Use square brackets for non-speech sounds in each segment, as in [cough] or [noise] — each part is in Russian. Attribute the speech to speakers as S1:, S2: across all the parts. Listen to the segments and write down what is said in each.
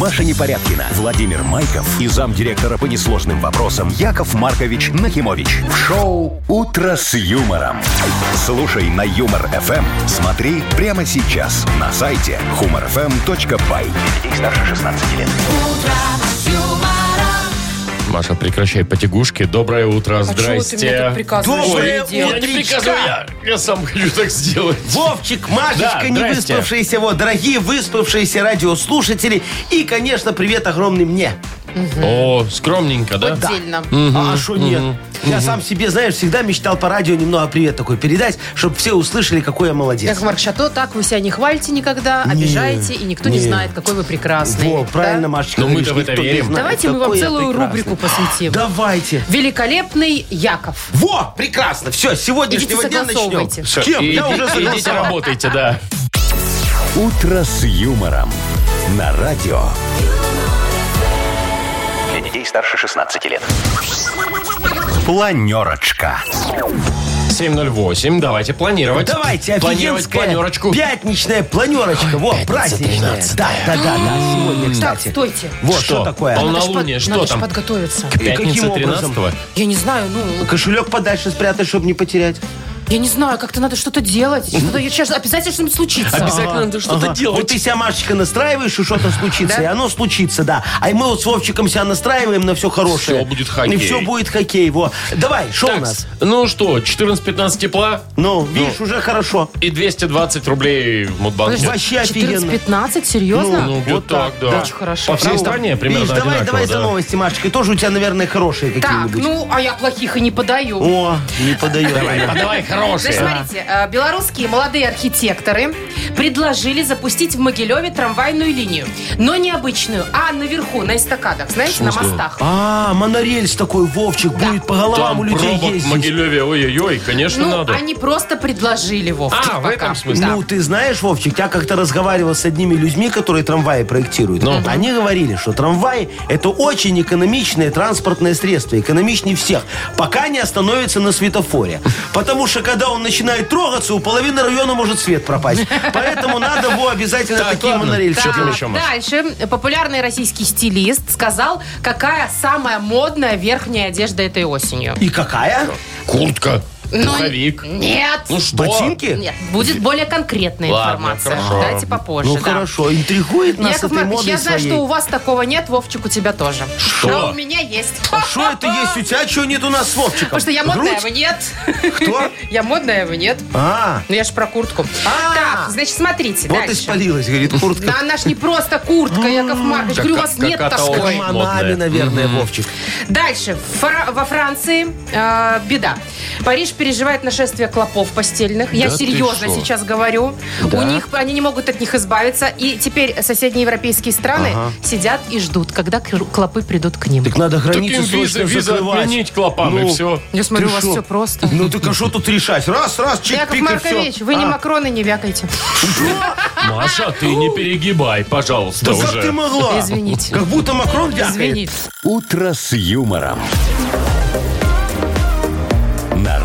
S1: Маша Непорядкина, Владимир Майков и замдиректора по несложным вопросам Яков Маркович Нахимович. В шоу «Утро с юмором». Слушай на «Юмор-ФМ». Смотри прямо сейчас на сайте humorfm.by. Для детей старше 16 лет.
S2: Маша, прекращай потягушки. Доброе утро,
S3: А чего ты мне
S2: здрасте.
S3: так приказываешь
S4: Доброе
S3: что мне делать?
S2: Я не приказываю, я, я сам хочу так сделать.
S4: Вовчик,
S2: Да,
S4: Машечка, не
S2: здрасте.
S4: выспавшиеся, вот, дорогие выспавшиеся радиослушатели. И, конечно, привет огромный мне.
S2: О, скромненько, да?
S3: Отдельно.
S4: А что нет? Я сам себе, знаешь, всегда мечтал по радио немного привет такой передать, чтобы все услышали, какой я молодец.
S3: Яков Маркович, а то так вы себя не хвалите никогда, обижаете, и никто не
S4: не.
S3: знает, какой вы прекрасный.
S4: Во,
S3: Да?
S4: правильно, Машечка.
S2: Но мы-то
S4: говоришь,
S2: в это
S4: никто не
S2: верим.
S4: знает,
S3: Давайте мы вам
S4: какой я
S3: целую
S4: прекрасный.
S3: рубрику посвятим.
S4: Давайте.
S3: Великолепный Яков.
S4: Во, прекрасно. Все, с сегодняшнего
S3: Идите
S4: дня начнем.
S3: согласовывайте.
S2: Всё,
S4: С кем?
S2: и-
S4: Я
S2: и-
S4: уже
S2: Идите
S4: согласовал.
S2: работайте, да.
S1: «Утро с юмором» на радио. Для детей старше 16 лет. Планерочка.
S2: 7.08, давайте планировать.
S4: Давайте,
S2: Планировать
S4: офигенская
S2: планерочку.
S4: пятничная планерочка. Вот,
S2: пятница
S4: праздничная.
S2: 13-е.
S4: Да, да, да, да, сегодня,
S3: Так,
S4: кстати.
S3: стойте.
S4: Вот, что такое?
S3: Надо ж под-
S2: Полнолуние, что
S3: надо ж
S2: там?
S3: подготовиться.
S4: И каким
S2: Пятница
S4: образом?
S2: 13
S3: Я не знаю, ну,
S4: Кошелек подальше спрятать, чтобы не потерять.
S3: я не знаю, как-то надо что-то делать. Что-то, я сейчас обязательно что-нибудь случится.
S2: Обязательно надо что-то
S4: Ага. Вот
S2: делать.
S4: ты себя, Машечка, настраиваешь, и что-то случится,
S3: Да?
S4: и оно случится, да. А мы вот с Вовчиком себя настраиваем на все хорошее.
S2: Всё будет хоккей.
S4: И все будет хоккей, во. Давай, что у нас?
S2: ну что, 14-15 тепла
S4: Ну, видишь, уже хорошо.
S2: и 220 рублей в
S3: Подожди,
S2: Мудбанке.
S4: вообще офигенно.
S3: 14-15? Серьезно?
S2: Ну, где-то
S4: вот
S2: так,
S4: так,
S2: да.
S3: да. Очень хорошо.
S2: По всей
S3: Правда?
S2: стране примерно
S4: Видишь, давай,
S2: одинаково,
S4: давай
S2: да.
S4: за новости, Машечка. Тоже у тебя, наверное, хорошие
S3: так,
S4: какие-нибудь.
S3: ну, а я плохих и не подаю.
S4: О, не подает.
S2: А давай
S3: Значит,
S2: хорошие.
S3: смотрите, э, белорусские молодые архитекторы предложили запустить в Могилеве трамвайную линию. Но не обычную, а наверху, на эстакадах, знаете, на
S2: смысле?
S3: мостах.
S4: А, монорельс такой, Вовчик, будет по головам
S2: Там
S4: у людей
S2: пробок в
S4: ездить.
S2: Могилеве, ой-ой-ой, конечно
S3: Ну,
S2: надо.
S3: они просто предложили, Вовчик,
S2: А, в
S3: пока.
S2: этом смысле.
S3: Да.
S4: Ну, ты знаешь, Вовчик, я как-то разговаривал с одними людьми, которые трамваи проектируют.
S2: Ну.
S4: Они говорили, что трамваи – это очень экономичное транспортное средство, экономичнее всех, пока не остановится на светофоре. Потому что, когда он начинает трогаться, у половины района может свет пропасть. Поэтому надо его обязательно
S2: Так,
S4: такие
S2: ладно.
S4: монорельсы.
S2: Что
S3: Так,
S2: там еще, Маш?
S3: дальше. Популярный российский стилист сказал, какая самая модная верхняя одежда этой осенью.
S4: И какая?
S2: Куртка, пуховик.
S3: Нет!
S2: Ну что?
S4: Ботинки?
S3: Нет, будет более конкретная
S2: Ладно,
S3: информация.
S2: хорошо.
S3: Давайте попозже.
S4: Ну
S3: да.
S4: хорошо, интригует нас
S3: Яков
S4: этой
S3: Маркович,
S4: модой
S3: я знаю,
S4: своей.
S3: что у вас такого нет, Вовчик, у тебя тоже.
S2: Что?
S3: А у меня есть.
S4: А что это есть у тебя? Чего нет у нас с Вовчиком?
S3: Потому что я модная,
S4: Грудь?
S3: вы нет. [laughs]
S4: Кто?
S3: Я модная, вы нет.
S4: А,
S3: Ну я же про куртку.
S4: А.
S3: Так, значит, смотрите
S4: вот
S3: дальше.
S4: испалилась, говорит, куртка.
S3: Да она ж не просто куртка, Яков Маркович.
S2: Да
S3: Говорю, у
S2: как-
S3: вас нет
S2: какая-то
S3: таской.
S2: очень
S4: Карманами,
S2: модная.
S4: наверное, Вовчик.
S3: Дальше. Фра- во Франции э, беда. Париж переживает нашествие клопов постельных. Я
S2: Да ты
S3: серьезно
S2: шо?
S3: сейчас говорю. У них они не могут от них избавиться. И теперь соседние европейские страны сидят и ждут, когда кр- клопы придут к ним.
S4: Так надо
S2: Так
S4: границы
S2: им виза,
S4: срочно
S2: виза
S4: закрывать.
S2: отменить клопам, и
S4: Ну,
S2: все.
S3: Я смотрю,
S4: ты
S3: у вас
S4: шо?
S3: все просто.
S4: Ну так а что тут решать? Раз, раз, чик,
S3: Яков
S4: пик, и А,
S3: Маркович,
S4: все.
S3: вы
S2: А.
S3: не макроны не вякайте.
S2: Маша, ты не перегибай, пожалуйста,
S4: Да
S2: уже.
S4: как ты могла?
S3: Извините.
S4: Как будто Макрон вякает.
S3: Извините.
S1: «Утро с юмором». На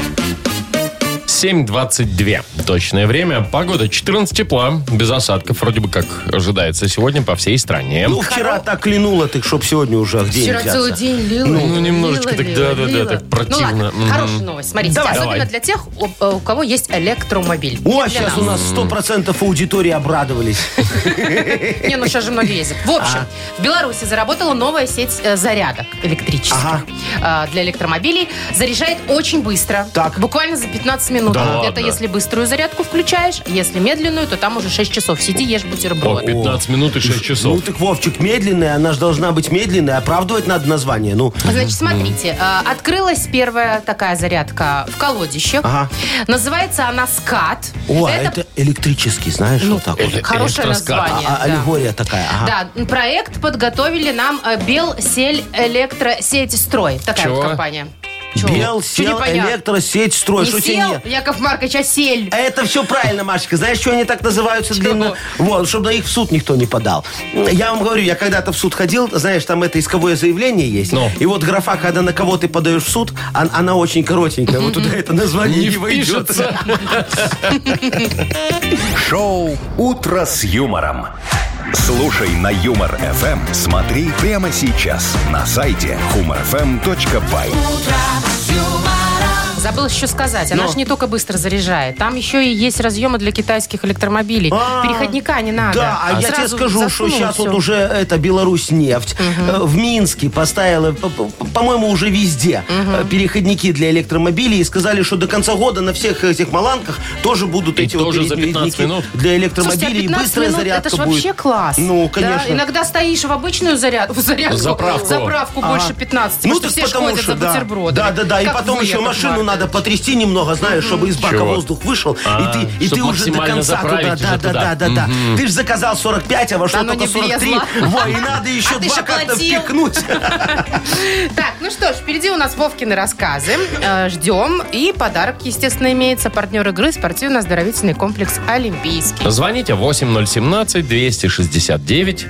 S2: 7.22. Точное время. Погода 14 тепла, без осадков. Вроде бы как ожидается сегодня по всей стране.
S4: Ну вчера так лянуло, так чтоб сегодня уже а где
S3: Вчера
S4: взяться?
S3: целый день лило.
S2: Ну,
S3: лило,
S2: немножечко
S3: лило,
S2: так, да-да-да,
S3: лило.
S2: так противно.
S3: Ну ладно,
S2: Мгм.
S3: хорошая новость. Смотрите,
S4: Давай.
S3: особенно
S2: Давай.
S3: для тех, у, у кого есть электромобиль.
S4: О,
S3: Для
S4: сейчас
S3: нас.
S4: у нас сто процентов аудитории обрадовались.
S3: Не, ну сейчас же многие ездят. В общем,
S2: А.
S3: в Беларуси заработала новая сеть э, зарядок электрических
S4: Ага.
S3: А, для электромобилей. Заряжает очень быстро.
S4: Так.
S3: Буквально за 15 минут.
S2: Да
S3: Это
S2: ладно?
S3: если быструю зарядку включаешь, если медленную, то там уже 6 часов. Сиди, ешь
S2: О,
S3: бутерброд.
S2: 15 минут и 6
S4: Ну
S2: часов.
S4: так Вовчик медленная, она же должна быть медленная, оправдывать надо название. Ну,
S3: А Значит, смотрите, э, открылась первая такая зарядка в колодищах.
S4: Ага.
S3: Называется она «Скат». э,
S4: о, а это электрический, знаешь, вот так вот.
S2: эле-
S3: хорошее
S2: электроскат.
S3: название.
S4: А- а-
S3: Ну, да.
S4: Аллегория такая, ага.
S3: Да, э, проект подготовили нам Белсель Электросеть Строй. Такая
S2: Чего?
S3: вот компания. Чё?
S4: Бел,
S3: Чё
S4: сел,
S3: непонятно?
S4: электросеть строй. Что
S3: Не
S4: тебе
S3: сел,
S4: не-
S3: Яков Маркович, а сель.
S4: А Это все правильно, Машечка. Знаешь, что они так называются длинно? Вот, чтобы на их в суд никто не подал. Я вам говорю, я когда-то в суд ходил, знаешь, там это исковое заявление есть.
S2: Ну.
S4: И вот графа, когда на кого ты подаешь в суд, он- она очень коротенькая. Вот туда это название Ну, не, войдет.
S2: впишется.
S1: Шоу «Утро с юмором». Слушай на Юмор ФМ. Смотри прямо сейчас на сайте humorfm.by.
S3: Забыл еще сказать, она же не только быстро заряжает, там еще и есть разъемы для китайских электромобилей.
S4: А,
S3: Переходника не надо.
S4: Да, а я тебе
S3: Сразу
S4: скажу, что
S3: засунул
S4: сейчас
S3: всё.
S4: вот уже это Беларусь нефть в Минске поставила, п- п- по-моему, уже везде э, переходники для электромобилей и сказали, что до конца года на всех этих маланках тоже будут
S2: И
S4: эти вот
S2: тоже за 15
S4: переходники
S2: минут?
S4: для
S3: Слушайте, а
S4: электромобилей. и
S3: 15
S4: быстрая
S3: минут,
S4: зарядка
S3: это ж
S4: будет.
S3: вообще класс.
S4: Ну,
S3: Да,
S4: конечно.
S3: иногда стоишь в обычную зарядку, в [laughs] зарядку,
S2: Заправку.
S3: заправку больше 15,
S4: Ну,
S3: потому что
S4: так
S3: все ж
S4: потому
S3: ходят
S4: что,
S3: за
S4: да.
S3: бутербродами.
S4: Да, да, да. И
S3: Как
S4: потом
S3: вы,
S4: еще
S3: Яков
S4: машину
S3: Маркович.
S4: надо потрясти немного, знаешь, чтобы из бака
S2: Чего?
S4: воздух вышел.
S2: А,
S4: И ты, и
S2: чтоб
S4: ты уже до
S2: максимально
S4: конца туда.
S2: заправить
S4: Да,
S2: уже
S4: да,
S2: туда.
S4: да, да, да. Ты же заказал 45, а вошло
S3: Оно не
S4: только 43.
S3: влезло.
S4: Во, и надо еще
S3: [laughs] А ты
S4: два
S3: же
S4: как-то
S3: платил. [laughs]
S4: впихнуть.
S3: Так, ну что ж, впереди у нас Вовкины рассказы. Э, Ждем. И подарок, естественно, имеется. Партнер игры спортивно-оздоровительный комплекс «Олимпийский».
S2: Звоните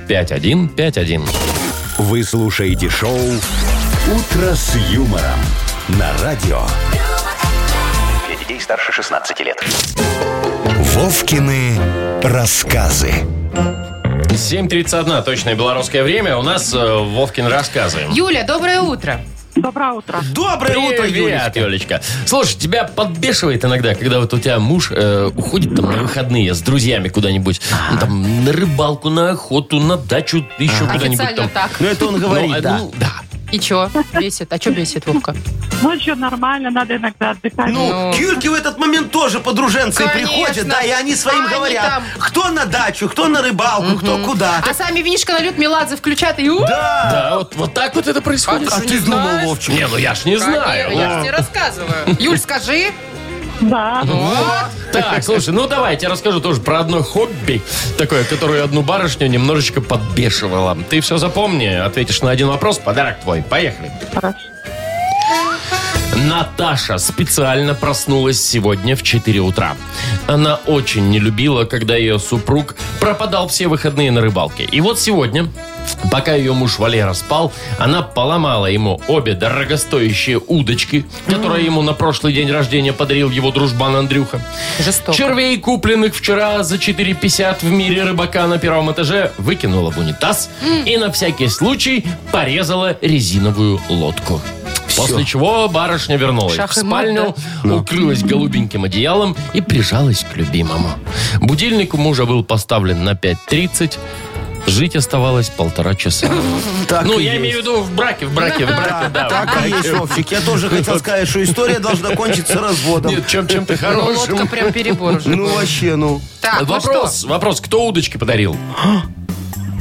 S2: 8017-269-5151.
S1: Вы слушаете шоу «Утро с юмором» на радио.
S5: Для детей старше 16 лет.
S1: Вовкины рассказы.
S2: 7.31, точное белорусское время. У нас э, Вовкин рассказываем.
S3: Юля, доброе утро.
S6: Доброе утро.
S4: Доброе утро, Юлечка.
S2: Юлечка. Слушай, тебя подбешивает иногда, когда вот у тебя муж э, уходит там на выходные с друзьями куда-нибудь. Ну, там на рыбалку, на охоту, на дачу, еще куда-нибудь
S3: Официально
S2: там.
S3: так.
S4: Ну, это он
S2: Ну,
S4: говорит,
S2: а,
S4: да.
S2: ну, да.
S3: И чё? Бесит. А чё бесит, Вовка?
S6: Ночью нормально, надо иногда отдыхать.
S4: Ну, к Юльке в этот момент тоже подруженцы
S3: Конечно.
S4: приходят, да, и они своим
S3: А они
S4: говорят,
S3: там.
S4: кто на дачу, кто на рыбалку, кто куда.
S3: А сами винишка налет, Меладзе включат и... у,
S4: Да.
S2: Да, вот, вот так вот это происходит.
S4: А ты думал,
S3: знаешь?
S4: Вовчик?
S2: Не, ну я ж не знаю.
S3: Я же тебе
S4: [laughs]
S3: рассказываю. Юль, скажи.
S6: Да.
S2: Так, слушай, ну давай, я тебе расскажу тоже про одно хобби, такое, которое одну барышню немножечко подбешивало. Ты все запомни, ответишь на один вопрос, подарок твой. Поехали.
S6: Хорошо.
S2: Наташа специально проснулась сегодня в 4 утра. Она очень не любила, когда ее супруг пропадал все выходные на рыбалке. И вот сегодня, пока ее муж Валера спал, она поломала ему обе дорогостоящие удочки, которые ему на прошлый день рождения подарил его дружбан Андрюха.
S3: Жестоко.
S2: Червей, купленных вчера за 4,50 в мире рыбака на первом этаже, выкинула в унитаз и на всякий случай порезала резиновую лодку. После чего барышня вернулась
S3: Шах
S2: в
S3: и мат,
S2: спальню, укрылась голубеньким одеялом и прижалась к любимому. Будильник у мужа был поставлен на 5.30. Жить оставалось полтора часа.
S4: Так
S2: Ну,
S4: и
S2: я
S4: есть.
S2: имею в виду в браке, в браке, в браке, да. в
S4: Так и
S2: браке.
S4: есть, Вовчик. Я тоже хотел сказать, что история должна кончиться разводом.
S2: Нет, чем, чем ты
S3: Ну,
S2: хорош.
S3: Лодка прям перебор уже.
S4: Ну, вообще, ну.
S3: Так, ну что?
S2: Вопрос, вопрос, кто удочки подарил?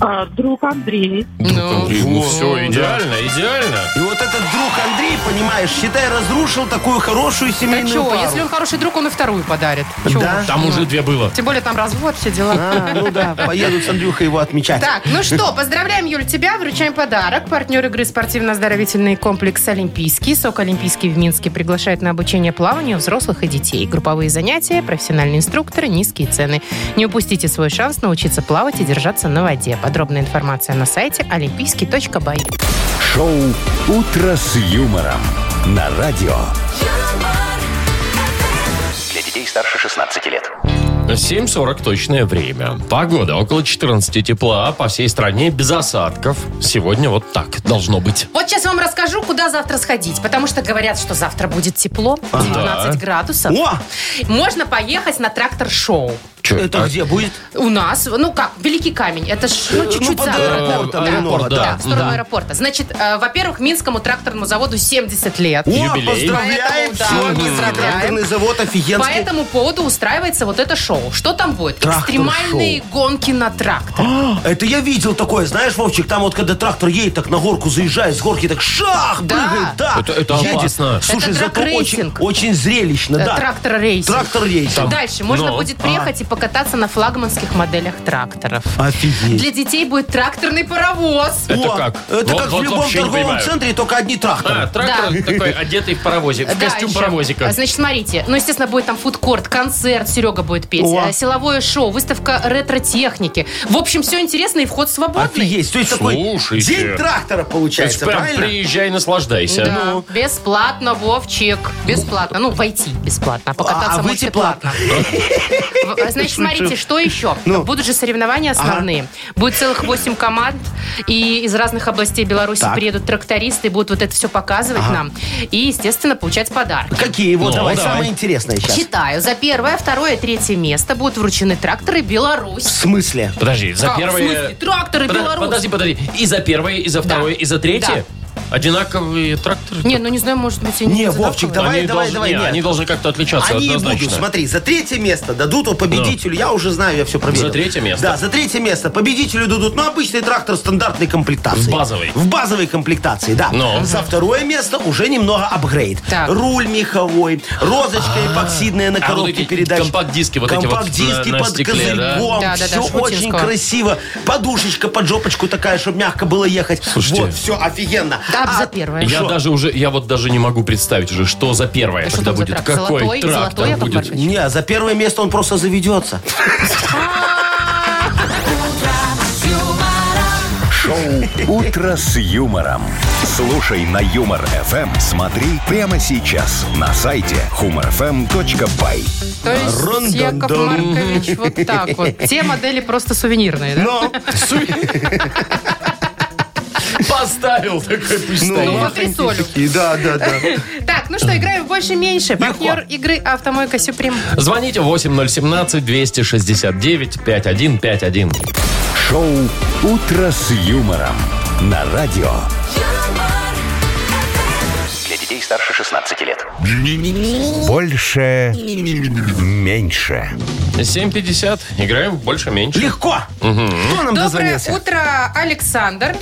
S6: А, друг Андрей.
S3: Ну,
S2: Ну,
S4: вот,
S2: все,
S4: да.
S2: идеально, идеально.
S4: И вот этот друг Андрей, понимаешь, считай, разрушил такую хорошую
S3: да
S4: семейную
S3: А чё,
S4: пару.
S3: если он хороший друг, он и вторую подарит. Чё
S4: Да?
S3: уж.
S2: Там уже две было.
S3: Тем более там развод, все дела.
S4: А,
S3: [laughs]
S4: ну да, поедут с Андрюхой его отмечать.
S3: Так, ну что, поздравляем, Юль, тебя, вручаем подарок. Партнер игры спортивно-оздоровительный комплекс «Олимпийский». СОК «Олимпийский» в Минске приглашает на обучение плаванию взрослых и детей. Групповые занятия, профессиональные инструкторы, низкие цены. Не упустите свой шанс научиться плавать и держаться на воде. Подробная информация на сайте олимпийский.бай.
S1: Шоу «Утро с юмором» на радио.
S5: Для детей старше 16 лет.
S2: 7.40 точное время. Погода около 14 тепла по всей стране без осадков. Сегодня вот так должно быть.
S3: Вот сейчас вам расскажу, куда завтра сходить, потому что говорят, что завтра будет тепло, 19 градусов.
S4: О,
S3: Можно поехать на трактор-шоу.
S2: Чё,
S4: это
S2: а?
S4: где будет?
S3: У нас, ну как, Великий Камень, это ж, ну, чуть-чуть
S4: под
S3: за
S4: аэропортом
S3: городом.
S4: немного,
S3: да,
S2: да.
S3: в сторону
S2: Да.
S3: аэропорта. Значит, э, во-первых, Минскому тракторному заводу 70 лет.
S4: О,
S2: Юбилей.
S4: поздравляем,
S3: Поэтому, да,
S4: всё,
S3: поздравляем.
S4: тракторный завод
S3: По
S4: офигенский.
S3: этому поводу устраивается вот это шоу. Что там будет?
S4: Трактор-шоу.
S3: Экстремальные гонки на трактор.
S4: А, Это я видел такое, знаешь, Вовчик, там вот когда трактор едет, так на горку заезжает, с горки так шах,
S3: Да.
S4: прыгает, да.
S2: Это- это
S4: едет.
S2: опасно.
S4: Слушай,
S3: Это Э,
S4: зато очень,
S3: драг-рейсинг.
S4: очень зрелищно, да.
S3: Трактор Ну, а. рейсинг.
S4: Трактор рейсинг.
S3: Дальше можно
S2: но-
S3: будет приехать и кататься на флагманских моделях тракторов.
S4: Офигеть.
S3: Для детей будет тракторный паровоз.
S2: Это
S4: О,
S2: как?
S4: Это
S2: Вот-
S4: как
S2: вот
S4: в любом
S2: вообще не
S4: торговом
S2: понимаю.
S4: центре, только одни
S2: А,
S4: тракторы.
S2: трактор
S3: Да.
S2: такой, одетый в паровозик, в
S3: Да,
S2: костюм
S3: еще.
S2: паровозика.
S3: Значит, смотрите. Ну, естественно, будет там фудкорт, концерт, Серега будет петь.
S4: О.
S3: э, Силовое шоу, выставка ретро-техники. В общем, все интересно и вход свободный.
S4: Офигеть. То есть такой
S2: Слушайте.
S4: день трактора
S2: То есть
S4: получается,
S2: прям
S4: правильно?
S2: приезжай, наслаждайся.
S3: Да,
S4: Ну.
S3: бесплатно, Вовчик. Бесплатно. Ну, войти бесплатно, а покататься
S4: А, а
S3: можете
S4: выйти платно.
S3: В- э, Значит, смотрите, что еще?
S4: Ну.
S3: Будут же соревнования основные. Будет целых 8 команд, и из разных областей Беларуси
S4: Так.
S3: приедут трактористы, и будут вот это все показывать нам. И, естественно, получать подарки.
S4: Какие? Вот
S2: Ну,
S4: давай,
S2: давай.
S4: самое интересное сейчас.
S3: Читаю. За первое, второе, третье место будут вручены тракторы
S4: В
S3: Беларусь.
S4: смысле?
S2: Подожди, за
S3: Как?
S2: первое...
S3: В смысле? Тракторы
S2: Подо-
S3: Беларусь.
S2: Подожди, подожди. И за первое, и за второе, и за третье? Одинаковые тракторы?
S3: Не, ну не знаю, может быть, они
S4: Не,
S3: одинаковые.
S4: Вовчик,
S2: Они
S4: давай, давай,
S2: должны,
S4: давай.
S2: не,
S4: нет.
S2: они должны как-то отличаться
S4: Они
S2: однозначно.
S4: будут, смотри, за третье место дадут о победителю, я уже знаю, я все проверил.
S2: За третье место?
S4: Да, за третье место победителю дадут, ну, обычный трактор стандартной комплектации.
S2: В базовой?
S4: В базовой комплектации, да.
S2: Ну.
S4: За второе место уже немного апгрейд.
S3: Так.
S4: Руль меховой, розочка эпоксидная на
S2: А вот
S4: коробке
S2: эти
S4: передач.
S2: компакт-диски вот эти вот
S4: Компакт-диски
S2: на- на
S4: под
S2: стекле, да?
S4: козырьком,
S3: Да, да, да,
S4: все очень
S3: Шпутинского.
S4: красиво. Подушечка под жопочку такая, чтобы мягко было ехать.
S2: Слушайте.
S4: Вот, все офигенно.
S3: Да,
S4: А
S3: за первое.
S2: Я даже уже, я вот даже не могу представить уже, что за первое
S3: Что
S2: тогда
S3: там за
S2: будет.
S3: трактор?
S2: Какой
S3: Золотой?
S2: трактор
S3: Золотой, Яков
S2: будет?
S3: Маркович?
S4: Не, за первое место он просто заведется.
S1: Шоу «Утро с юмором». Слушай на Юмор ФМ. Смотри прямо сейчас на сайте humorfm.by.
S3: То есть, Яков
S4: Рон-дон-дон.
S3: Маркович, вот так вот. Те модели просто сувенирные, да? [laughs]
S4: Но...
S2: Поставил такой пусть
S3: Ну,
S2: стоит.
S3: вот рисолю.
S4: И да, да, да.
S3: Так, ну что, играем в больше-меньше. Партнер игры «Автомойка Сюприм».
S2: Звоните 8017-269-5151.
S1: Шоу «Утро с юмором» на радио.
S7: юмор,
S5: Для детей старше 16 лет.
S1: Больше. Меньше.
S2: 7.50. Играем в больше-меньше.
S4: Легко. Кто нам
S3: Доброе
S4: дозвонился?
S3: утро, Александр.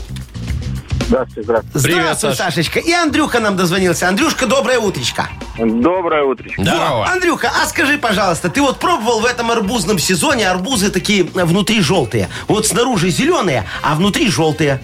S8: Здравствуйте, здравствуйте.
S4: Здравствуй,
S2: Привет, Саш.
S4: Сашечка. И Андрюха нам дозвонился. Андрюшка, доброе утречко.
S8: Доброе утречко.
S2: Здорово.
S4: Андрюха, а скажи, пожалуйста, ты вот пробовал в этом арбузном сезоне арбузы такие э, внутри желтые? Вот снаружи зеленые, а внутри желтые.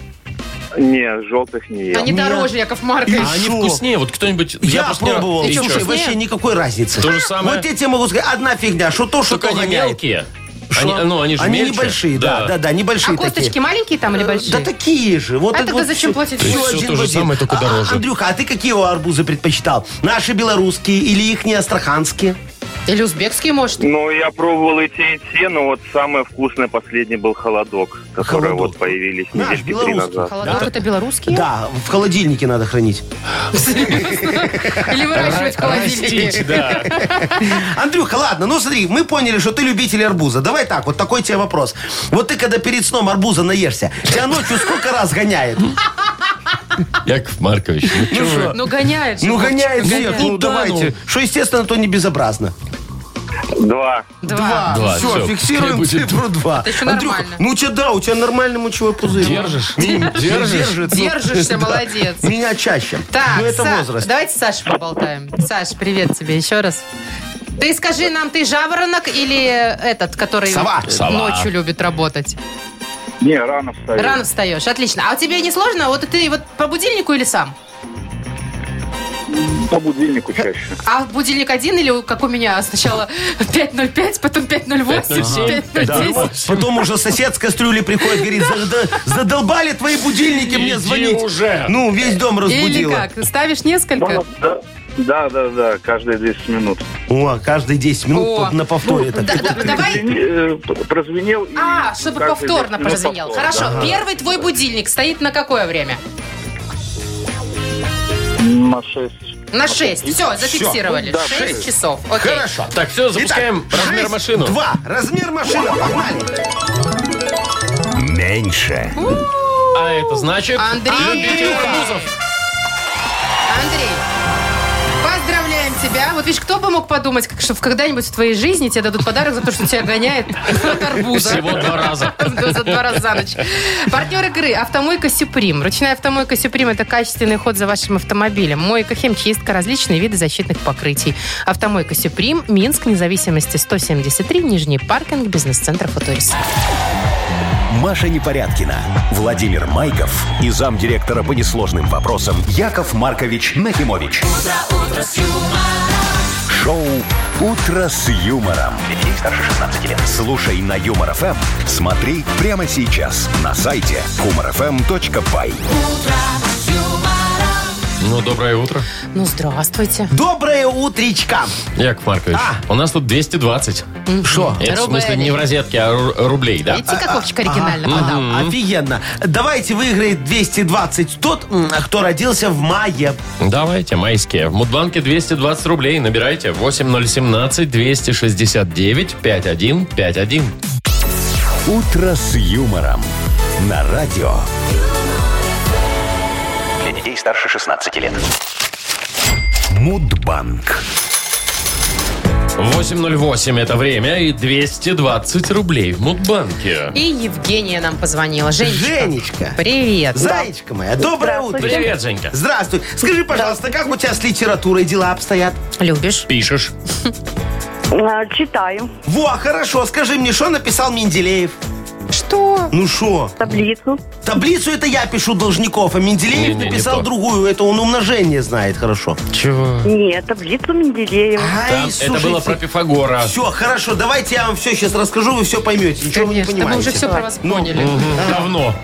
S8: Не, желтых не ел.
S3: Они
S4: Нет.
S3: дороже, Яков Маркович.
S2: А они
S4: Шо?
S2: вкуснее. Вот кто-нибудь...
S4: Я,
S2: просто не-
S4: пробовал.
S2: И чё?
S4: Слушай, вообще никакой разницы.
S2: То же самое?
S4: Вот я тебе могу сказать, одна фигня, что то, что
S2: Только
S4: то
S2: они
S4: гоняет.
S2: мелкие.
S4: Шо?
S2: Они, ну, они же мельче.
S4: небольшие, да, да, да, небольшие
S3: А косточки
S4: такие.
S3: маленькие там или большие?
S4: Да такие же. Вот
S3: А
S4: это
S3: тогда
S4: вот
S3: зачем
S4: всё-
S3: платить?
S4: всё
S2: То есть всё
S4: один
S2: то
S4: в
S2: же
S4: один.
S2: самое, только
S4: А,
S2: дороже.
S4: Андрюха, а ты какие арбузы предпочитал? Наши белорусские или их не астраханские?
S3: Или узбекские, может?
S8: Ну, я пробовал и те, и те, но вот самое вкусное последний был холодок, которые
S4: Холодок.
S8: вот появились
S4: Наш,
S8: недельки три
S4: белорусский.
S8: назад.
S3: Холодок это белорусские?
S4: Да, в холодильнике надо хранить.
S3: Или выращивать в холодильнике?
S2: Растить, да.
S4: Андрюха, ладно, ну смотри, мы поняли, что ты любитель арбуза. Давай так, вот такой тебе вопрос. Вот ты когда перед сном арбуза наешься, тебя ночью сколько раз гоняет?
S2: Яков Маркович, ну чё вы?
S3: Ну, гоняет же.
S4: Ну
S3: Вовчик,
S4: гоняет всех, ну
S2: Куда,
S4: давайте. Что естественно, то не безобразно.
S8: Два.
S3: ну, Два.
S2: Два,
S4: Все,
S2: всё,
S4: фиксируем
S2: пусть будет
S4: цифру 2.
S3: Это ещё нормально.
S4: ну у тебя, да, у тебя нормальный мочевой пузырь.
S2: Держишь?
S4: Ну,
S2: Держишь?
S4: держит, ну. [laughs]
S3: Держишься, молодец.
S4: Меня чаще.
S3: Так,
S4: Ну, это
S3: Са-
S4: возраст.
S3: давайте Саша поболтаем. Саш, привет тебе еще раз. Ты скажи нам, ты жаворонок или этот, который
S4: Сова.
S2: Сова.
S3: ночью любит работать?
S8: Не, рано встаю.
S3: Рано встаешь, отлично. А тебе не сложно? Вот ты вот по будильнику или сам?
S8: По будильнику чаще.
S3: А будильник один или как у меня сначала [laughs] 5.05, потом 5.08,
S2: 5:07,
S3: 5.10?
S4: Потом уже сосед с кастрюли приходит, говорит, «Зада- задолбали твои будильники мне
S2: Иди
S4: звонить.
S2: уже.
S4: Ну, весь дом
S3: Или
S4: разбудила.
S3: как? Ставишь несколько?
S8: Да, да, да, да, каждые 10 минут.
S4: О, каждые 10 минут
S3: О. ну,
S4: тут на повторе. так.
S3: Да- да- давай...
S8: Э, п- Прозвенел. и
S3: А, чтобы
S8: каждые
S3: повторно
S8: 10 минут
S3: прозвенел.
S8: повтор,
S3: Хорошо.
S8: да.
S3: Первый твой будильник стоит на какое время?
S8: На 6.
S3: На 6. Все, зафиксировали.
S8: Да,
S3: 6
S8: шесть.
S3: часов. Окей.
S4: Хорошо.
S2: Так, все, запускаем
S4: Итак,
S2: размер
S4: шесть,
S2: машину.
S4: Два. Размер машины. Погнали.
S1: Меньше.
S2: А это значит...
S3: Андрей.
S2: Любитель арбузов.
S3: Андрей, поздравляем тебя. Вот видишь, кто бы мог подумать, как, что когда-нибудь в твоей жизни тебе дадут подарок за то, что тебя гоняет от арбуза.
S2: Всего два раза.
S3: Да, [laughs] За два раза за ночь. Партнер игры «Автомойка Сюприм». Ручная «Автомойка Сюприм» — это качественный ход за вашим автомобилем. Мойка, химчистка, различные виды защитных покрытий. «Автомойка Сюприм», Минск, независимости 173, Нижний паркинг, бизнес-центр «Футурис».
S1: Маша Непорядкина, Владимир Майков и замдиректора по несложным вопросам Яков Маркович Нахимович. Шоу Утро с юмором.
S5: Детей старше 16 лет.
S1: Слушай на Юмор ФМ, смотри прямо сейчас на сайте humorfm.by.
S2: Ну, доброе утро.
S3: Ну, здравствуйте.
S4: Доброе утречка.
S2: Яков Маркович, у нас тут 220.
S4: Что?
S2: Это, в смысле, не в розетке, а ру- рублей, да?
S3: Видите, как Вовчик оригинально подал?
S4: Мадам, офигенно. Давайте выиграет 220 тот, м, кто родился в мае.
S2: Давайте, майские. В Мудбанке 220 рублей. Набирайте 8017-269-5151.
S1: Утро с юмором на радио.
S5: Для детей старше 16 лет.
S1: Мудбанк.
S2: 8.08 это время и 220 рублей в Мудбанке.
S3: И Евгения нам позвонила. Женечка,
S4: Женечка.
S3: привет.
S4: Зайчка моя, доброе утро.
S2: Привет, Женька.
S4: Здравствуй. Скажи, пожалуйста, как у тебя с литературой дела обстоят?
S3: Любишь?
S2: Пишешь.
S7: А, Читаю
S4: Во, хорошо. Скажи мне, что написал Менделеев?
S3: Что?
S4: Ну что?
S7: таблицу.
S4: Таблицу это я пишу должников, а Менделеев
S2: Не-не, не
S4: написал
S2: то.
S4: другую. Это он умножение знает хорошо.
S2: Чего?
S7: Нет, таблицу Менделеева.
S2: Там, это было про Пифагора.
S4: Все, хорошо, давайте я вам все сейчас расскажу, вы все поймете. Ничего вы не
S3: Конечно, мы
S4: понимаете. Ну,
S3: уже все про вас поняли.
S2: Давно.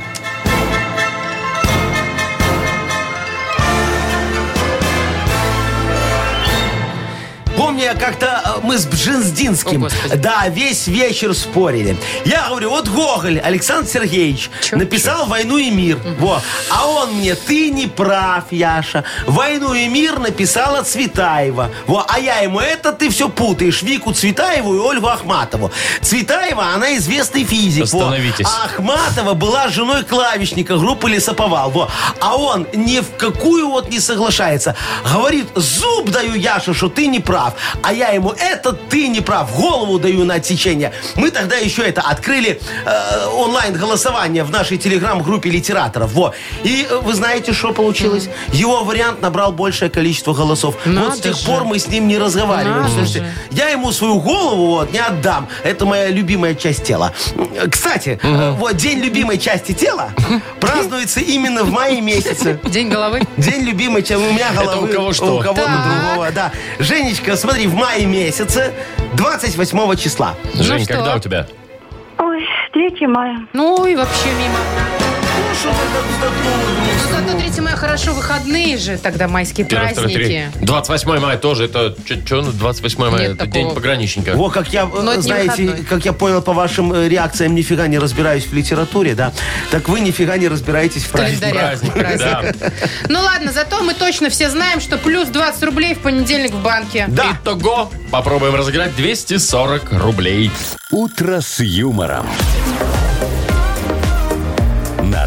S4: Помню, я как-то э, мы с Бженздинским,
S3: О, Господи.
S4: да, весь вечер спорили. Я говорю, вот Гоголь, Александр Сергеевич, написал «Войну и мир». Во. А он мне, ты не прав, Яша. «Войну и мир» написала Цветаева. Во. А я ему, это ты все путаешь. Вику Цветаеву и Ольгу Ахматову. Цветаева, она известный физик. Во.
S2: Остановитесь.
S4: А Ахматова была женой клавишника группы Лесоповал. Во. А он ни в какую вот не соглашается. Говорит, зуб даю Яша, что ты не прав. А я ему, это ты не прав. Голову даю на отсечение. Мы тогда еще это открыли э, онлайн-голосование в нашей телеграм-группе литераторов. Во. И э, вы знаете, что получилось? Его вариант набрал большее количество голосов. вот с
S3: Надо
S4: тех
S3: же.
S4: пор мы с ним не разговариваем.
S3: Надо
S4: Слушайте,
S3: же.
S4: я ему свою голову вот не отдам. Это моя любимая часть тела. Кстати, э, вот день любимой части тела
S2: [laughs]
S4: празднуется именно в мае месяце.
S3: День головы.
S4: День любимой, чем у меня головы.
S2: у кого что?
S4: У кого-то другого, да. Женечка, смотри, в мае месяце 28 числа.
S2: Жень,
S3: Ну что?
S2: когда у тебя?
S7: Ой, 3 мая.
S3: Ну и вообще мимо.
S4: Ну, что ты так вздохнула?
S3: Ну, зато 3 мая хорошо, выходные же тогда, майские
S2: Первый, второй,
S3: праздники.
S2: третий. 28 мая тоже. Это что, 28 мая?
S3: Нет
S2: это
S3: такого.
S2: день пограничника.
S4: Во, как я, э,
S3: Но это не
S4: знаете,
S3: выходной.
S4: как я понял по вашим э, реакциям, нифига не разбираюсь в литературе, да. Так вы нифига не разбираетесь в
S3: В
S4: празднике.
S3: календарях.
S2: Праздник,
S3: Праздник. Ну ладно, зато мы точно все знаем, что плюс 20 рублей в понедельник в банке.
S4: Да.
S2: Итого попробуем разыграть 240 рублей.
S1: Утро с юмором. На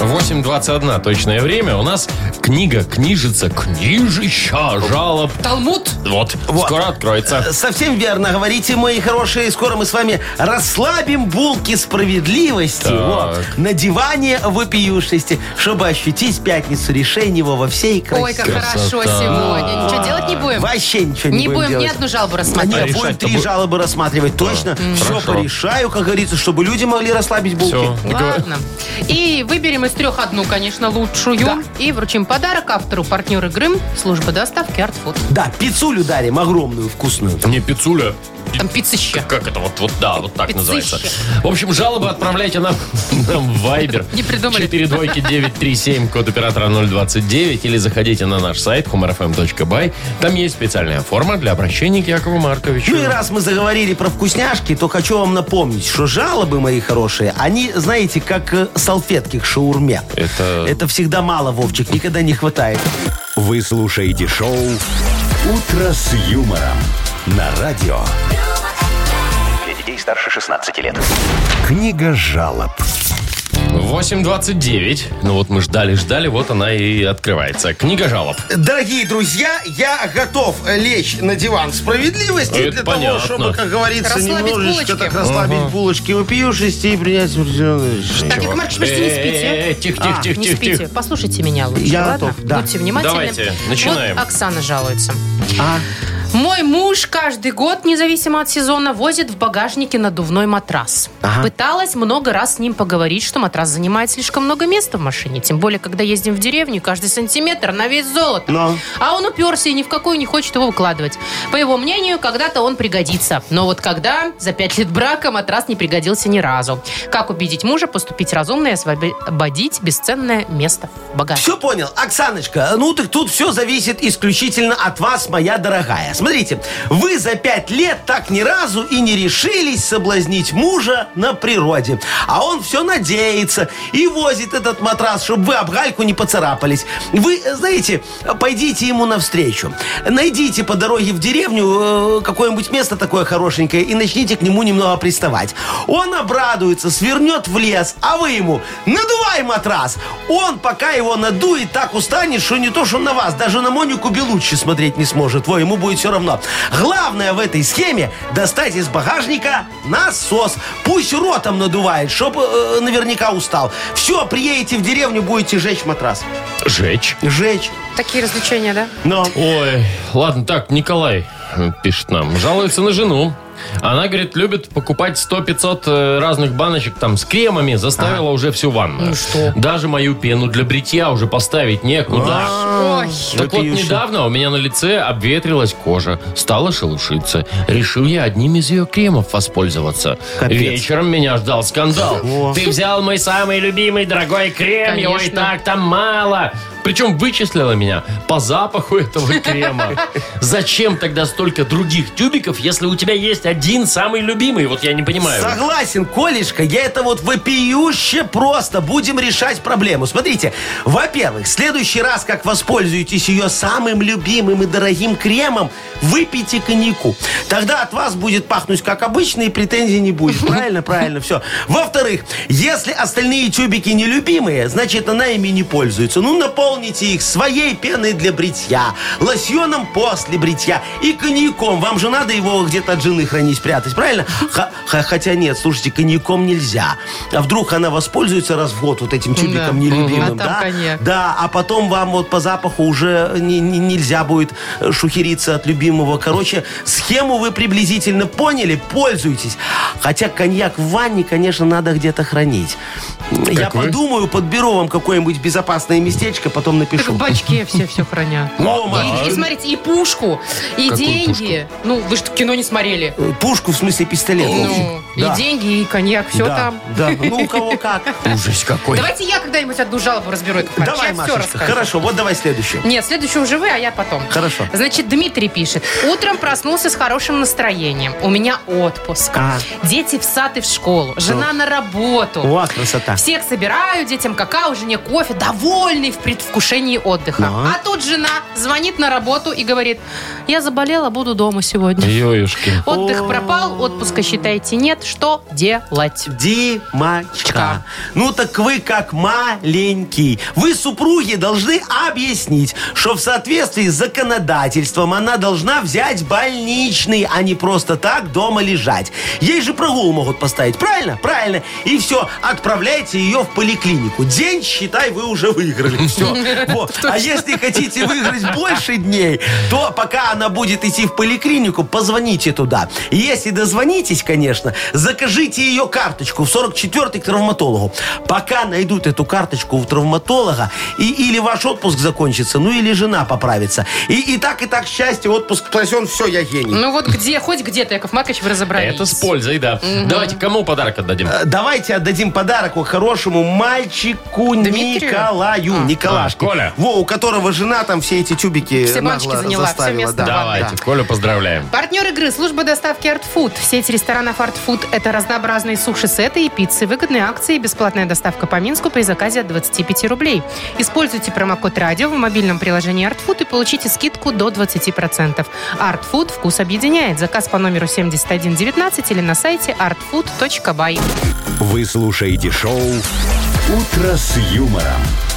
S2: 8.21 точное время. У нас книга, книжица, книжища, жалоб.
S3: Талмуд?
S2: Вот, скоро откроется.
S4: Совсем верно говорите, мои хорошие. Скоро мы с вами расслабим булки справедливости вот, на диване вопиюшести, чтобы ощутить пятницу решенего во всей красе.
S3: Ой, как
S2: Красота.
S3: хорошо сегодня. Ничего делать не будем?
S4: Вообще ничего не,
S3: Не будем ни
S4: делать.
S3: одну жалобу
S4: А
S3: рассматривать.
S4: нет,
S2: А
S4: будем
S2: решать-то
S4: три
S2: бу-
S4: жалобы рассматривать. Точно все
S2: Хорошо.
S4: порешаю, как говорится, чтобы люди могли расслабить булки.
S2: Все.
S3: Ладно. И выберем из трех одну, конечно, лучшую. И вручим подарок автору, партнер игры, служба доставки Art Food.
S4: Да, пиццулю дарим огромную, вкусную.
S2: Не пицуля.
S3: Там пиццища.
S2: Как это вот, вот да, вот так
S3: Пиццища.
S2: называется. В общем, жалобы отправляйте нам, нам в Viber.
S3: Не придумали.
S2: 4 двойки 937, код оператора 029. Или заходите на наш сайт humorfm.by. Там есть специальная форма для обращения к Якову Марковичу.
S4: Ну и раз мы заговорили про вкусняшки, то хочу вам напомнить, что жалобы мои хорошие, они, знаете, как э, салфетки к шаурме.
S2: Это-
S4: Это всегда мало, Вовчик, никогда не хватает.
S1: Вы слушаете шоу Утро с юмором. На радио.
S5: Для детей старше 16 лет.
S1: Книга жалоб.
S2: 8.29. Ну вот мы ждали-ждали, вот она и открывается. Книга жалоб.
S9: Дорогие друзья, я готов э, лечь на диван справедливости
S2: Это
S9: для того,
S2: понятно.
S9: чтобы, как говорится,
S3: Расслабить
S9: немножечко
S3: булочки.
S9: так расслабить булочки, выпившись и принять определенные решения.
S3: Так, Яков Маркович, вы
S2: Э,
S3: что, не спите? А,
S2: Тихо-тихо-тихо-тихо.
S3: Не спите. Послушайте меня лучше.
S4: Я
S3: ладно?
S4: готов, да.
S3: Будьте внимательны.
S2: Давайте, начинаем.
S3: Вот Оксана жалуется.
S4: А?
S3: Мой муж каждый год, независимо от сезона, возит в багажнике надувной матрас. Пыталась много раз с ним поговорить, что матрас занимает слишком много места в машине. Тем более, когда ездим в деревню, каждый сантиметр на весь золото.
S4: Но.
S3: А он уперся и ни в какую не хочет его выкладывать. По его мнению, когда-то он пригодится. Но вот когда, за пять лет брака, матрас не пригодился ни разу. Как убедить мужа поступить разумно и освободить бесценное место в багаже?
S4: Все понял. Оксаночка, ну так тут все зависит исключительно от вас, моя дорогая. Смотрите, вы за пять лет так ни разу и не решились соблазнить мужа на природе. А он все надеется и возит этот матрас, чтобы вы об гальку не поцарапались. Вы, э, знаете, пойдите ему навстречу. Найдите по дороге в деревню э, какое-нибудь место такое хорошенькое и начните к нему немного приставать. Он обрадуется, свернет в лес, а вы ему надувай матрас. Он, пока его надует, так устанет, что не то, что на вас, даже на Монику Белуччи смотреть не сможет. Во, ему будет все равно. Главное в этой схеме достать из багажника насос. Пусть ротом надувает, чтобы наверняка устал. Все, приедете в деревню, будете жечь матрас.
S2: Жечь.
S4: Жечь.
S3: Такие развлечения, да?
S4: Но...
S2: Ой, ладно, так, Николай э, пишет нам. Жалуется на жену. Она, говорит, любит покупать 100-500 э, разных баночек там с кремами. Заставила уже всю ванну.
S3: Ну что?
S2: Даже мою пену для бритья уже поставить некуда.
S3: Ой,
S2: Так вот,
S4: Вопиюще.
S2: недавно у меня на лице обветрилась кожа, стала шелушиться. Решил я одним из ее кремов воспользоваться.
S4: Капец.
S2: Вечером меня ждал скандал.
S4: О.
S2: Ты взял мой самый любимый дорогой крем, его и
S3: Конечно.
S2: так там мало. Причем вычислила меня по запаху этого крема. Зачем тогда столько других тюбиков, если у тебя есть один самый любимый? Вот я не понимаю.
S4: Согласен, Колешка, я это вот вопиюще просто. Будем решать проблему. Смотрите, во-первых, в следующий раз, как воспользуетесь ее самым любимым и дорогим кремом, выпейте коньяку. Тогда от вас будет пахнуть как обычно и претензий не будет. Правильно, правильно, все. Во-вторых, если остальные тюбики нелюбимые, значит она ими не пользуется. Ну, наполните их своей пеной для бритья, лосьоном после бритья и коньяком. Вам же надо его где-то от жены хранить, прятать, правильно? Ха- ха- хотя нет, слушайте, коньяком нельзя. А вдруг она воспользуется раз в год вот этим тюбиком
S3: Да.
S4: нелюбимым,
S3: А там
S4: да?
S3: коньяк.
S4: Да, а потом вам вот по запаху уже не- не- нельзя будет э, шухериться от любимого. Короче, схему вы приблизительно поняли, пользуйтесь. Хотя коньяк в ванне, конечно, надо где-то хранить. Я
S2: вы?
S4: подумаю, подберу вам какое-нибудь безопасное местечко, потом
S3: так
S4: напишу.
S3: в бачке все все хранят.
S4: О, Маш,
S3: И, и смотрите, и пушку, и
S2: Какую
S3: деньги. Ну, вы что, кино не смотрели.
S4: э, Пушку, в смысле пистолет. в общем.
S3: Ну, и
S4: Да.
S3: деньги, и коньяк, все
S4: Да,
S3: там.
S4: Да, ну у кого как.
S2: Ужас какой.
S3: Давайте я когда-нибудь одну жалобу разберу, Яков Маркович. я
S4: Давай,
S3: все
S4: Машечка,
S3: расскажу.
S4: хорошо, вот давай следующую.
S3: Нет, следующую уже вы, а я потом.
S4: Хорошо.
S3: Значит, Дмитрий пишет. Утром проснулся с хорошим настроением. У меня отпуск.
S4: А.
S3: Дети в сад и в школу. Жена на работу.
S4: О, красота.
S3: Всех собираю, детям какао, жене кофе, довольный в предвкушении отдыха.
S4: Да.
S3: А тут жена звонит на работу и говорит, я заболела, буду дома сегодня.
S2: Ёюшки.
S3: Отдых пропал, отпуска, считаете, нет. Что делать?
S4: Димочка.
S3: Чка.
S4: Ну так вы как маленький. Вы супруги должны объяснить, что в соответствии с законодательством она должна взять больничный, а не просто так дома лежать. Ей же прогул могут поставить, правильно? Правильно. И все, отправляйте ее в поликлинику. День, считай, вы уже выиграли. Все. Вот. А если хотите выиграть больше дней, то пока она будет идти в поликлинику, позвоните туда. И Если дозвонитесь, конечно, закажите ее карточку в 44-й к травматологу. Пока найдут эту карточку у травматолога, и, или ваш отпуск закончится, ну или жена поправится. И, и так, и так счастье, отпуск спасен, все, я гений.
S3: Ну вот где, хоть где-то, Яков Маркович, вы разобрались.
S2: Это с пользой, да. Давайте кому подарок отдадим?
S4: Э, Давайте отдадим подарок хорошему мальчику
S3: Дмитрию?
S4: Николаю. Николашке.
S2: А, Коля.
S4: Во, у которого жена там все эти тюбики
S3: Все баночки
S4: нагло
S3: заняла, все
S4: заставила.
S3: место
S4: да.
S3: в ванной.
S2: Давайте, Коля, поздравляем.
S3: Партнер игры служба доставки Art Food. Сеть ресторанов Art Food – это разнообразные суши-сеты и пиццы, выгодные акции и бесплатная доставка по Минску при заказе от 25 рублей. Используйте промокод «Радио» в мобильном приложении Art Food и получите скидку до 20%. Art Food – вкус объединяет. Заказ по номеру 7119 или на сайте artfood.by.
S1: Вы слушаете шоу «Утро с юмором»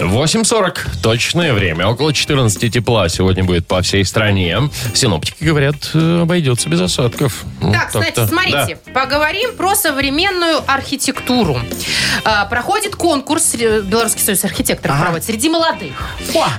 S2: 8.40. Точное время. Около 14 тепла сегодня будет по всей стране. Синоптики говорят, э, обойдется без осадков. Ну,
S3: Так,
S2: так-то.
S3: значит, смотрите, поговорим про современную архитектуру. А, проходит конкурс, э, Белорусский союз архитекторов проводит, среди молодых.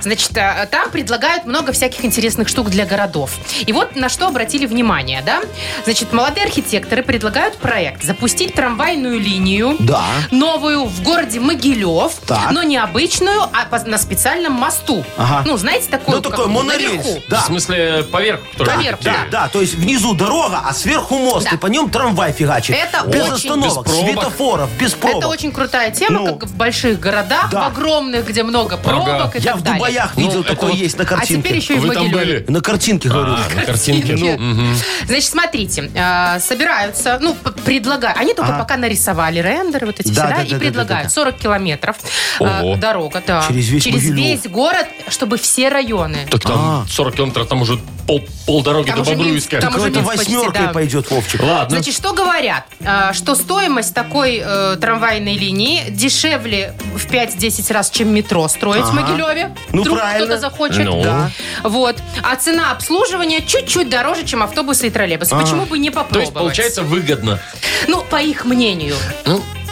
S3: Значит, а, там предлагают много всяких интересных штук для городов. И вот на что обратили внимание, да? Значит, молодые архитекторы предлагают проект запустить трамвайную линию.
S4: Да.
S3: Ну, Новую в городе Могилев,
S4: Так.
S3: но не обычную, а по- на специальном мосту.
S4: Ага.
S3: Ну, знаете, такой
S4: Ну, такой монорельс.
S3: наверху.
S2: Да.
S4: Да.
S2: В смысле, поверх? который
S3: Поверх,
S2: идет.
S4: Да, да, то есть внизу дорога, а сверху мост,
S3: Да.
S4: и по нем трамвай фигачит.
S3: Это
S4: без
S3: очень-
S4: остановок,
S2: Без пробок.
S4: светофоров, без пробок.
S3: Это очень крутая тема,
S4: Ну.
S3: как в больших городах,
S4: Да.
S3: в огромных, где много пробок и
S4: Я
S3: так
S4: в
S3: далее.
S4: Дубаях
S2: Ну,
S4: видел
S2: это [laughs]
S4: такое
S2: вот-
S4: есть на
S3: А
S4: картинке.
S3: теперь еще и в
S2: Вы там
S3: Могилеве.
S2: были?
S4: На картинке, говорю.
S2: А, на картинке. Ну, мгм.
S3: Значит, смотрите, э, собираются, ну, п- предлагают. Они только пока нарисовали рендер, вот эти
S4: Да,
S3: все, да,
S4: да,
S3: и
S4: да, да,
S3: предлагают
S4: да, да.
S3: 40 километров э,
S2: Ого.
S3: дорога, да.
S4: Через весь Могилев.
S3: весь город, чтобы все районы.
S2: Так там
S4: А.
S2: 40 километров, там уже пол, полдороги
S3: Там
S2: до
S3: уже
S2: Бобруйска.
S3: Минск, там уже
S4: Какой-то
S3: Минск почти,
S4: восьмеркой
S3: да. Ну,
S4: пойдет, Вовчик.
S2: Ладно.
S3: Значит, что говорят? А, Что стоимость такой э, трамвайной линии дешевле в 5-10 раз, чем метро строить в
S4: Ага.
S3: Могилеве.
S4: Ну,
S3: Вдруг
S4: правильно.
S3: кто-то захочет.
S2: Ну. Да.
S3: Вот. А цена обслуживания чуть-чуть дороже, чем автобусы и троллейбусы. Почему бы не попробовать?
S2: То есть, получается, выгодно.
S3: Ну, по их мнению.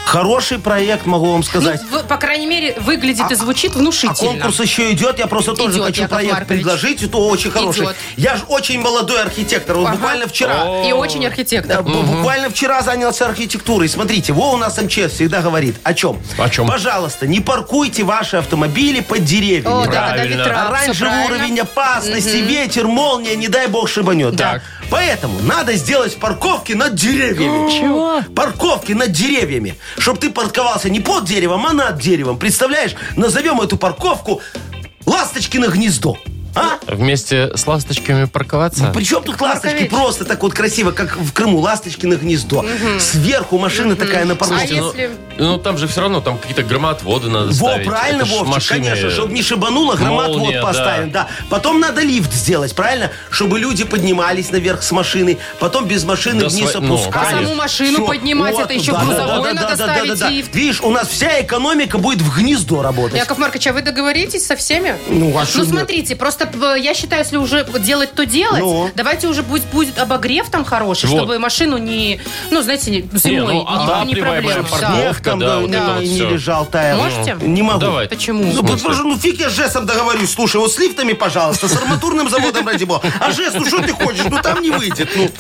S4: Хороший проект, могу вам сказать.
S3: Ну, в- по крайней мере, выглядит и звучит внушительно.
S4: А конкурс еще идет, я просто тоже
S3: Идет,
S4: хочу
S3: Яков
S4: проект
S3: Маркович.
S4: предложить, это очень хороший.
S3: Идет.
S4: Я же очень молодой архитектор, вот
S3: Ага.
S4: буквально вчера.
S3: И очень архитектор.
S4: Да, Э, б- Буквально вчера занялся архитектурой. Смотрите, Во у нас МЧС всегда говорит. О чем?
S2: О чем?
S4: Пожалуйста, не паркуйте ваши автомобили под деревьями.
S3: О, да, да,
S2: правильно.
S3: ветра. всё
S4: Оранжевый
S3: правильно.
S4: уровень опасности, ветер, молния, не дай бог шибанет.
S2: Так.
S4: Да. Поэтому надо сделать парковки над деревьями. Чего? Парковки над деревьями. Чтоб ты парковался не под деревом, а над деревом. Представляешь, назовем эту парковку «Ласточкино гнездо». А?
S2: Вместе с ласточками парковаться?
S4: Причем А тут ласточки
S3: Маркович.
S4: просто так вот красиво, как в Крыму, ласточкино гнездо. Сверху машина такая на парковке.
S3: А если...
S2: Ну, там же все равно, там какие-то громоотводы надо
S4: Во,
S2: ставить.
S4: правильно,
S2: Это ж
S4: Вовчик,
S2: машины.
S4: конечно, чтобы не шибануло, громад
S2: Молния,
S4: вот поставим, да. Потом надо лифт сделать, правильно? Чтобы люди поднимались наверх с машины, потом без машины
S2: Да
S4: вниз
S2: сво- ну,
S4: опускались.
S2: А саму
S3: машину поднимать, это еще грузовой надо ставить лифт.
S4: Видишь, у нас вся экономика будет в гнездо работать.
S3: Яков Маркович, а вы договоритесь со всеми?
S4: Ну, а чё нет?
S3: смотрите, просто п- я считаю, если уже делать, то делать.
S4: Ну.
S3: Давайте уже будет, будет обогрев там хороший,
S2: Вот.
S3: чтобы машину не, ну, знаете, не- зимой
S2: Не, ну,
S3: не, не
S2: отапливаемая
S3: проблема.
S2: парковка.
S3: Да.
S4: Эх, там
S2: да,
S4: да,
S2: вот
S4: не,
S2: это вот
S4: не
S2: всё.
S4: лежал, таял.
S3: Можете?
S4: Не могу.
S2: Давай.
S3: Почему?
S4: Ну,
S2: В смысле?
S4: потому что, ну фиг я с жестом договорюсь. Слушай, вот с лифтами, пожалуйста, с арматурным заводом, ради бога. А жест, ну что ты хочешь? Ну там не выйдет. Ну.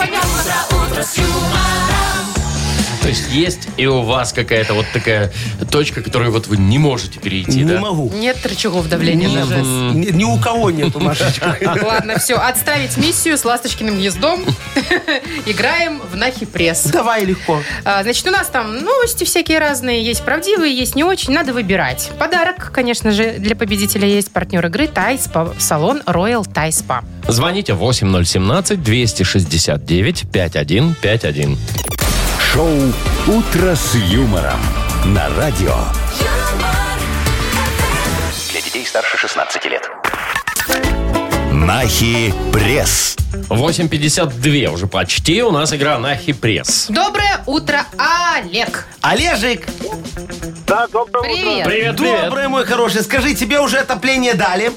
S2: То есть есть и у вас какая-то вот такая точка, которую вот вы не можете перейти,
S4: Не
S2: да?
S4: могу.
S3: Нет рычагов давления на жест.
S4: Ни, ни у кого
S2: [laughs]
S4: нету, Машечка.
S3: Ладно, все, отставить миссию с ласточкиным гнездом. [laughs] Играем в Нахи Пресс.
S4: Давай легко.
S3: А, Значит, у нас там новости всякие разные, есть правдивые, есть не очень, надо выбирать. Подарок, конечно же, для победителя есть партнер игры Тайспа, салон Royal Тайспа.
S2: Звоните 8017-269-5151.
S1: Шоу «Утро с юмором» на радио.
S5: Для детей старше 16 лет.
S1: Нахи пресс.
S2: 8.52 уже почти. У нас игра на хипресс.
S3: Доброе утро, Олег.
S4: Олежик,
S8: Да, доброе
S3: Привет.
S2: Привет,
S4: добрый мой хороший. Скажи, тебе уже отопление дали?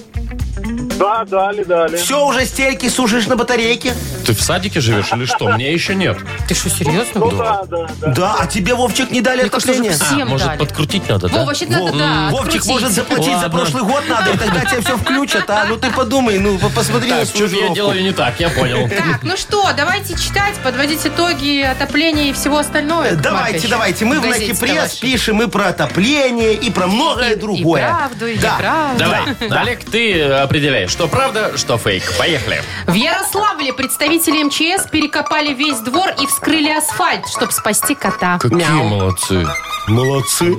S8: Да, дали, дали.
S4: Все, уже стельки сушишь на батарейке?
S2: Ты в садике живешь или что? Мне еще нет.
S3: Ты что, серьезно?
S4: Ну,
S8: да, да.
S4: Да, а тебе, Вовчик, не дали
S3: кажется,
S4: отопление?
S3: уже
S2: А,
S3: Всем
S2: может,
S3: дали.
S2: подкрутить надо, да?
S3: Вова, вообще надо,
S4: Во-
S3: да,
S4: Вовчик
S3: открутить.
S4: может заплатить за
S2: Ладно.
S4: прошлый год надо, и тогда тебя все включат, а? Ну ты подумай, ну по- посмотри на
S2: Так,
S4: свою
S2: что я
S4: жировку.
S2: делаю не так, я
S4: [laughs]
S2: понял.
S3: Так, ну что, давайте читать, подводить итоги отопления и всего остального. Яков
S4: Давайте,
S3: Маркович.
S4: давайте. Мы в
S3: газете-то
S4: Наки Пресс
S3: вашей.
S4: пишем и про отопление, и про многое
S3: И
S4: другое.
S3: правду, и
S4: Да.
S3: неправду.
S2: Давай, Олег, ты э, определяешь, что правда, что фейк. Поехали.
S3: В Ярославле представители МЧС перекопали весь двор и вскрыли асфальт, чтобы спасти кота.
S2: молодцы.
S4: Молодцы.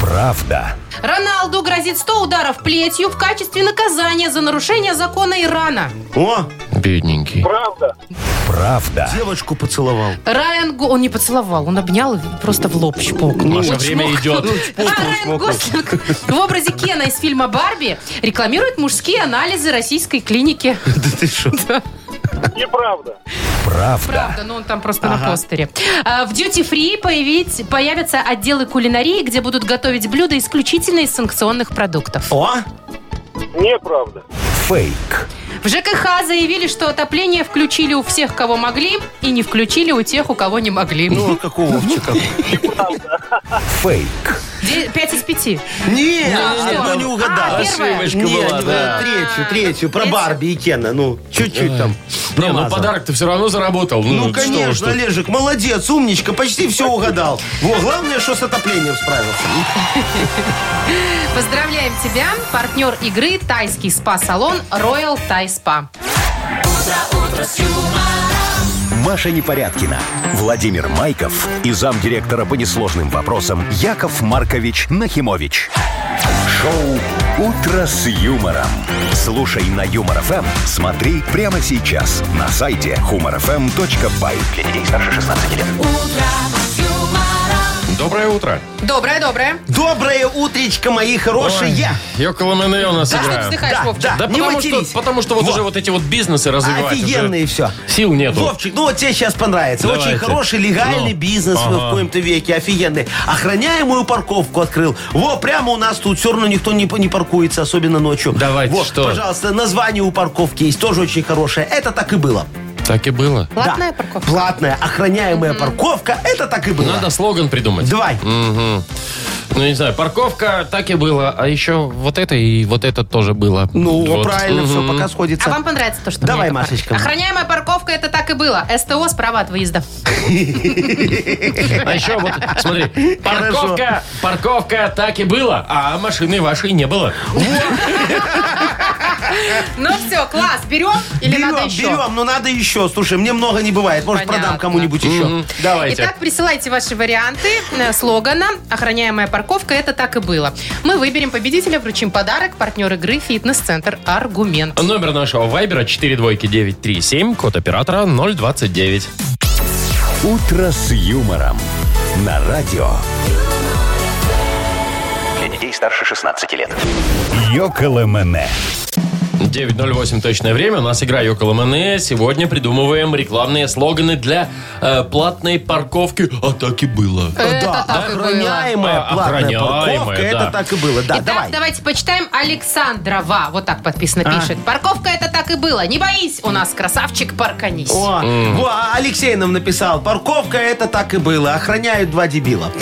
S1: Правда.
S3: Роналду грозит 100 ударов плетью в качестве наказания за нарушение закона Ирана.
S4: О,
S2: Бедненький.
S1: Правда.
S4: девочку
S2: [laughs]
S4: поцеловал.
S3: Райан Го... Он не поцеловал, он обнял и просто в лоб щепок.
S2: Маша, время
S4: Ну,
S2: идет.
S3: А Райан Гослинг в образе Кена из фильма «Барби» рекламирует мужские анализы российской клиники.
S4: Да ты что?
S8: Неправда.
S1: Правда.
S3: Правда, но он там просто на постере. А, В Duty Free появить- появятся отделы кулинарии, где будут готовить блюда исключительно из санкционных продуктов.
S4: О,
S8: Неправда.
S1: Фейк.
S3: В ЖКХ заявили, что отопление включили у всех, кого могли, и не включили у тех, у кого не могли.
S4: ну а какого Вовчика?
S2: Ну,
S4: [laughs]
S1: Фейк.
S3: Де- Пять из пяти.
S4: Не,
S3: Да,
S4: одно
S3: ну что?
S4: не угадал.
S3: А, первое?
S2: Ошибочка
S4: Не,
S2: была,
S4: не,
S2: да.
S4: третью, третью, про
S3: Третью?
S4: Барби и Кена, ну, чуть-чуть там.
S2: Не, ну
S4: промазал.
S2: подарок ты все равно заработал.
S4: Ну,
S2: что уж
S4: конечно,
S2: тут.
S4: Олежек, молодец, умничка, почти все угадал. Во, главное, что с отоплением справился.
S3: Поздравляем тебя, партнер игры тайский спа-салон Royal Thai Spa.
S1: Маша Непорядкина, Владимир Майков и замдиректора по несложным вопросам Яков Маркович Нахимович. Шоу «Утро с юмором». Слушай на Юмор ФМ, смотри прямо сейчас на сайте humorfm.by. Для детей старше 16 лет.
S2: Доброе утро.
S3: Доброе, доброе.
S4: Доброе утречко, мои
S2: Ой,
S4: хорошие.
S2: Йоко Нанэ у нас
S3: Да что ты
S2: играет.
S3: вздыхаешь,
S4: Да,
S3: Вовчик?
S4: да.
S2: Да
S4: Не
S2: потому
S4: матерись.
S2: что, потому что вот,
S4: Во.
S2: уже вот эти вот бизнесы развивать
S4: Офигенные все.
S2: Сил нету.
S4: Вовчик, ну вот тебе сейчас понравится.
S2: Давайте.
S4: Очень хороший легальный
S2: Ну,
S4: бизнес мы в
S2: ага.
S4: коем-то веке, офигенный. Охраняемую парковку открыл. Во, прямо у нас тут все равно никто не, не паркуется, особенно ночью.
S2: Давайте,
S4: Во,
S2: что?
S4: Пожалуйста, название у парковки есть, тоже очень хорошее. Это так и было.
S2: Так и было.
S3: Платная
S4: Да.
S3: парковка?
S4: Платная, охраняемая парковка, это так и было.
S2: Надо слоган придумать.
S4: Давай.
S2: Мгм. Ну, не знаю, парковка, так и было. А еще вот это и вот это тоже было.
S4: Ну,
S2: Вот.
S4: правильно, все,
S2: Мгм.
S4: пока
S3: А
S4: сходится.
S3: вам понравится то, что
S4: Давай,
S3: мне это
S4: Машечка.
S3: понравилось? Охраняемая парковка, это так и было. СТО справа от выезда.
S2: А еще вот, смотри, парковка, парковка, так и было, а машины вашей не было.
S3: Ну все, класс, берем или надо
S4: Берем,
S3: еще?
S4: берем, но ну, надо еще. Слушай, мне много не бывает. Может,
S3: Понятно.
S4: продам кому-нибудь еще.
S2: Мгм. Давайте.
S3: Итак, присылайте ваши варианты э, слогана «Охраняемая парковка. Это так и было». Мы выберем победителя, вручим подарок. Партнер игры «Фитнес-центр Аргумент».
S4: Ну,
S2: Номер нашего вайбера 42937, код оператора 029.
S1: «Утро с юмором» на радио.
S5: Для детей старше 16 лет.
S1: Йоколэмэне.
S2: 9.08 точное время. У нас игра Йоколо Мане. Сегодня придумываем рекламные слоганы для э, платной парковки. А так и было.
S3: Это так и было.
S4: Охраняемая
S2: А,
S4: платная
S2: охраняемая,
S4: парковка,
S2: да.
S4: это так и было. Да,
S3: Итак,
S4: давай.
S3: давайте почитаем Александрова. Вот так подписано пишет. Парковка это так и было. Не боись, у нас красавчик парканись.
S4: О, во, а Алексей нам написал, парковка это так и было, охраняют два дебила.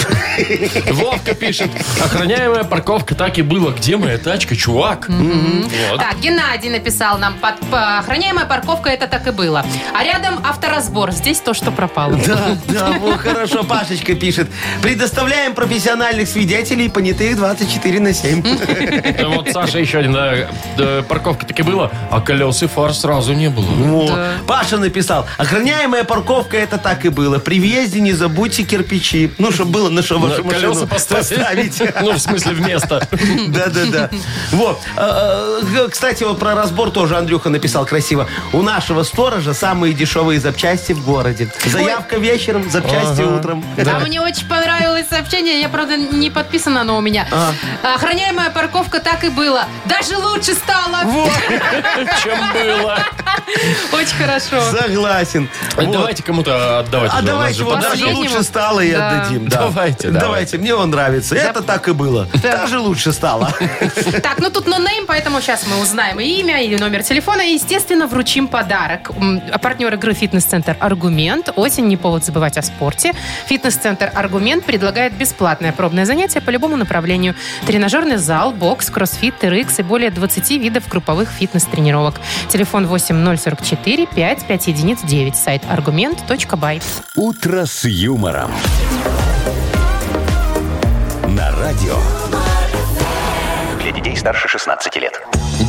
S4: [laughs]
S2: Вовка пишет. Охраняемая парковка так и было. Где моя тачка, чувак? Вот.
S3: Так, Геннадий написал нам, под, по- охраняемая парковка это так и было. А рядом авторазбор, здесь то, что пропало.
S4: Да, да, вот хорошо, Пашечка пишет, предоставляем профессиональных свидетелей, понятых 24 на 7.
S2: Э, Вот Саша еще один. да, да, Парковка так и было, а колес и фар сразу не было.
S4: [laughs] Во. Паша написал, охраняемая парковка это так и было, при въезде не забудьте кирпичи, ну, чтобы было на что вашу машину
S2: Колеса
S4: поставить.
S2: поставить. [laughs] Ну, в смысле, вместо.
S4: [laughs] Да-да-да. Вот. Э, э, Кстати, вот про разбор тоже Андрюха написал красиво. У нашего сторожа самые дешевые запчасти в городе. Заявка вечером, запчасти утром.
S3: А мне очень понравилось сообщение, я, правда, не подписана оно у меня. Охраняемая парковка так и было. Даже лучше стало.
S2: Чем было.
S3: Очень хорошо.
S4: Согласен.
S2: Э,
S4: Вот.
S2: Давайте кому-то отдавать.
S4: А
S2: уже, у нас
S4: давайте
S2: же
S4: вот
S2: подарки.
S4: даже
S3: последнему.
S4: лучше стало и
S3: Да.
S4: отдадим. да.
S2: Давайте, давайте.
S4: Давайте, мне он нравится. Это так и было. Даже
S3: [laughs]
S4: лучше стало.
S3: Так, ну тут нонейм, поэтому сейчас мы узнаем и имя, и номер телефона, и, естественно, вручим подарок. М, а Партнер игры «Фитнес-центр Аргумент». Осень не повод забывать о спорте. «Фитнес-центр Аргумент» предлагает бесплатное пробное занятие по любому направлению. Тренажерный зал, бокс, кроссфит, TRX и более 20 видов групповых фитнес-тренировок. Телефон 8044 5 единиц 9. Сайт аргумент.бай.
S1: «Утро с юмором». На радио.
S5: Для детей старше 16 лет.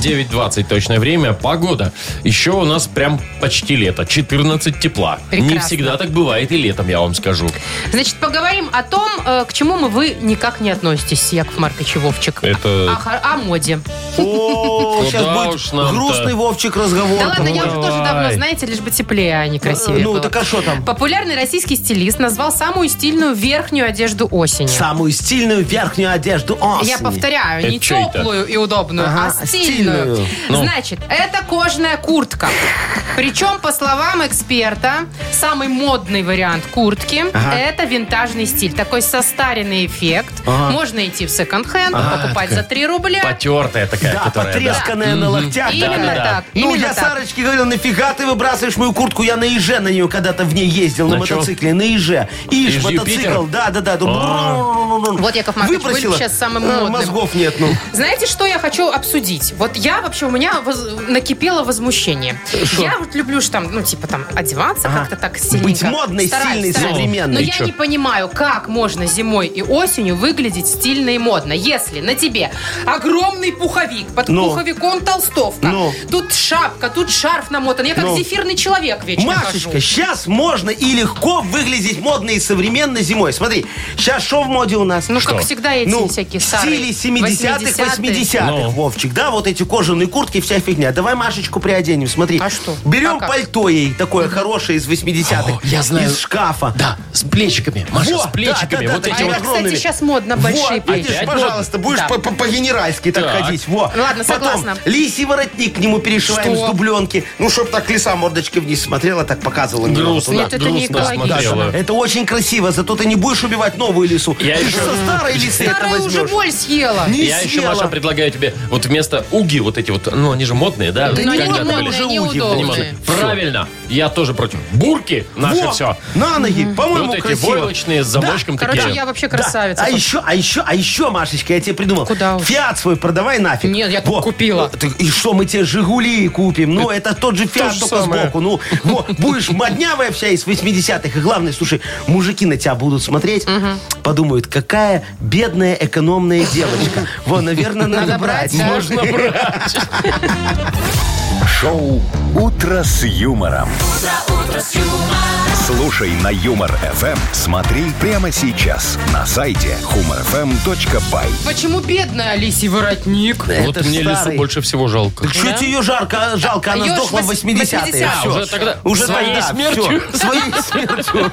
S2: 9.20 точное время, погода. Еще у нас прям почти лето, 14 тепла.
S3: Прекрасно.
S2: Не всегда так бывает и летом, я вам скажу.
S3: Значит, поговорим о том, э, к чему мы вы никак не относитесь, Яков Маркович и Вовчик.
S2: Это...
S3: О хор- о моде.
S4: О,
S2: Куда
S4: сейчас
S2: Ну уж
S4: будет
S2: нам-то.
S4: грустный Вовчик разговор.
S3: Да ладно, я уже
S2: давай.
S3: тоже давно, знаете, лишь бы теплее, а не красивее
S4: Ну,
S3: было.
S4: так а что там?
S3: Популярный российский стилист назвал самую стильную верхнюю одежду осени.
S4: Самую стильную верхнюю одежду осени.
S3: Я повторяю,
S2: Это
S3: не
S2: чё это?
S3: теплую и удобную,
S4: Ага,
S3: а стильную. длинную.
S4: Длинную.
S2: Ну.
S3: Значит, это кожная куртка. Причем, по словам эксперта, самый модный вариант куртки
S4: Ага.
S3: это винтажный стиль. Такой состаренный эффект.
S4: Ага.
S3: Можно идти в секонд-хенд, покупать за 3 рубля.
S2: Потертая такая,
S4: Да,
S2: которая... да.
S4: потресканная на локтях. да,
S3: Именно
S4: да, да.
S3: так,
S4: Ну,
S3: именно
S4: я
S3: так.
S4: Сарочке говорил, нафига ты выбрасываешь мою куртку? Я на еже на нее когда-то в ней ездил, на,
S2: На чё?
S4: мотоцикле, на еже. Ишь,
S2: Иж
S4: мотоцикл,
S2: Юпитер?
S4: да, да, да.
S3: Вот, Яков Маркович, вы
S4: Выбросила.
S3: сейчас самым
S4: А,
S3: модным.
S4: Мозгов нет, ну.
S3: Знаете, что я хочу обсудить? Вот я вообще, у меня воз- накипело возмущение. Я вот люблю ж там, ну, типа там, одеваться
S4: Ага.
S3: как-то так сильненько.
S4: Быть модной,
S3: Стараюсь,
S4: сильной,
S3: стараюсь.
S4: современной.
S3: Но
S4: И
S3: я
S4: чё?
S3: не понимаю, как можно зимой и осенью выглядеть стильно и модно, если на тебе огромный пуховик, под
S4: Ну.
S3: пуховиком толстовка,
S4: Ну.
S3: тут шапка, тут шарф намотан. Я как
S4: Ну.
S3: зефирный человек вечно
S4: Машечка,
S3: хожу.
S4: сейчас можно и легко выглядеть модно и современно зимой. Смотри, сейчас что в моде у нас?
S3: Ну, как всегда, эти всякие старые.
S4: стили 70-х,
S3: 80-е.
S4: 80-х,
S2: Ну.
S4: Вовчик, да, вот эти кожаные куртки, вся фигня. Давай Машечку приоденем, смотри.
S3: А что?
S4: Берем
S3: А как?
S4: пальто ей, такое хорошее из 80-х,
S2: О, я знаю.
S4: из шкафа.
S2: Да, с плечиками. Маша,
S4: Во,
S2: с плечиками.
S4: да, да,
S2: вот
S4: да,
S2: эти
S3: А
S4: да,
S2: вот.
S3: это, кстати,
S4: огромными.
S3: сейчас модно большие
S4: вот, видишь,
S3: плечи.
S2: Опять
S4: пожалуйста, будешь
S3: Да.
S4: по- по- по-генеральски так,
S2: Так.
S4: ходить. Во.
S3: Ну ладно, согласна.
S4: Потом лисий воротник к нему перешиваем
S3: Что?
S4: с дубленки. Ну, чтоб так лиса мордочкой вниз смотрела, так показывала. мне.
S2: Грустно,
S3: Нет, это не
S2: грустно
S3: экологично.
S2: смотрела.
S4: Это очень красиво, зато ты не будешь убивать новую лису.
S2: Я
S4: ты
S2: еще-
S4: со старой лисы это
S3: Старая уже
S4: возьмешь.
S3: боль съела.
S4: Не
S2: Я еще,
S4: съела.
S2: Маша, предлагаю тебе вот вместо уги вот эти вот, ну, они же модные, да?
S3: Но они
S2: когда-то
S3: модные,
S2: были.
S4: уже
S3: они
S4: уги,
S2: Да не
S3: удобные.
S2: модные. Правильно. Я тоже против. Бурки наше
S4: Во,
S2: все.
S4: На ноги, по-моему,
S2: Вот эти
S4: красиво.
S2: войлочные с замочком
S3: Короче,
S2: такие.
S3: я вообще
S4: Да.
S3: красавица.
S4: А еще, а еще, а еще, Машечка, я тебе придумал.
S3: Куда уж?
S4: Фиат свой продавай нафиг.
S3: Нет, я
S4: Во.
S3: купила.
S4: Ты- И что, мы тебе Жигули купим? Ну, это тот же
S2: же
S4: Фиат, только
S2: самое.
S4: сбоку. Ну, во, будешь моднявая вся из 80-х. И главное, слушай, мужики на тебя будут смотреть, подумают, какая бедная экономная девочка. Во, наверное, надо брать.
S3: брать, да.
S4: Можно.
S3: [laughs]
S1: Шоу «Утро с юмором». Слушай на Юмор ФМ, смотри прямо сейчас на сайте humorfm.by.
S3: Почему бедная лисий воротник?
S2: Вот
S4: Это
S2: мне лесу
S4: старый.
S2: больше всего жалко.
S4: Чуть ее жарко, жалко, она
S3: Её ж
S4: сдохла в
S3: вось-
S4: 80-е.
S3: 80-е.
S4: Всё.
S2: Уже тогда
S4: Уже
S2: своей
S4: тогда,
S2: смертью.
S4: всё, своей смертью.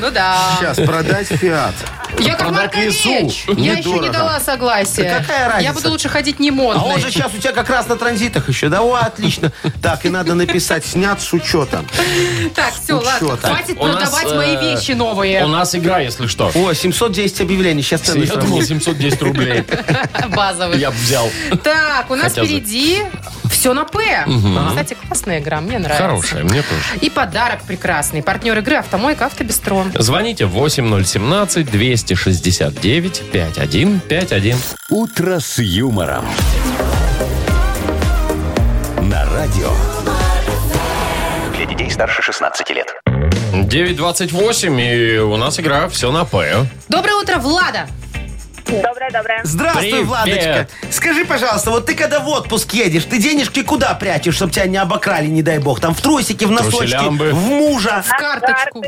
S3: Ну да.
S9: Сейчас продать фиат.
S3: Яков
S2: Продать
S3: Маркович,
S2: лису
S3: я еще не
S9: недорого.
S3: дала согласия.
S4: Да какая
S3: Я
S4: разница?
S3: буду лучше ходить не
S4: А он же
S3: модной.
S4: сейчас у тебя как раз на транзитах еще. Да, о, отлично.
S9: Так, и надо написать, снят с учетом.
S3: Так, все, ладно,
S9: чё так?
S3: хватит
S2: У нас,
S3: продавать
S2: э,
S3: мои вещи
S2: У
S3: новые.
S2: нас игра, если что.
S4: О, 710 объявлений. Сейчас цены
S2: Я думал,
S4: сравню.
S2: 710 рублей я
S3: [laughs] Базовые.
S2: бы взял.
S3: Так, у нас
S2: Хотя за-
S3: впереди все на П. Кстати, классная игра, мне нравится.
S2: Хорошая, мне тоже.
S3: И подарок прекрасный. Партнер игры «Автомойка Автобестрон».
S2: Звоните 8017-269-5151.
S1: «Утро с юмором». На радио
S5: Для детей старше 16 лет.
S2: 928, и у нас игра «Все на П».
S3: Доброе утро, Влада.
S7: Доброе-доброе.
S4: Здравствуй,
S2: Привет.
S4: Владочка. Скажи, пожалуйста, вот ты когда в отпуск едешь, ты денежки куда прячешь, чтобы тебя не обокрали, не дай бог? Там в трусики, в носочки,
S2: Труселям бы.
S4: в мужа.
S3: В карточку.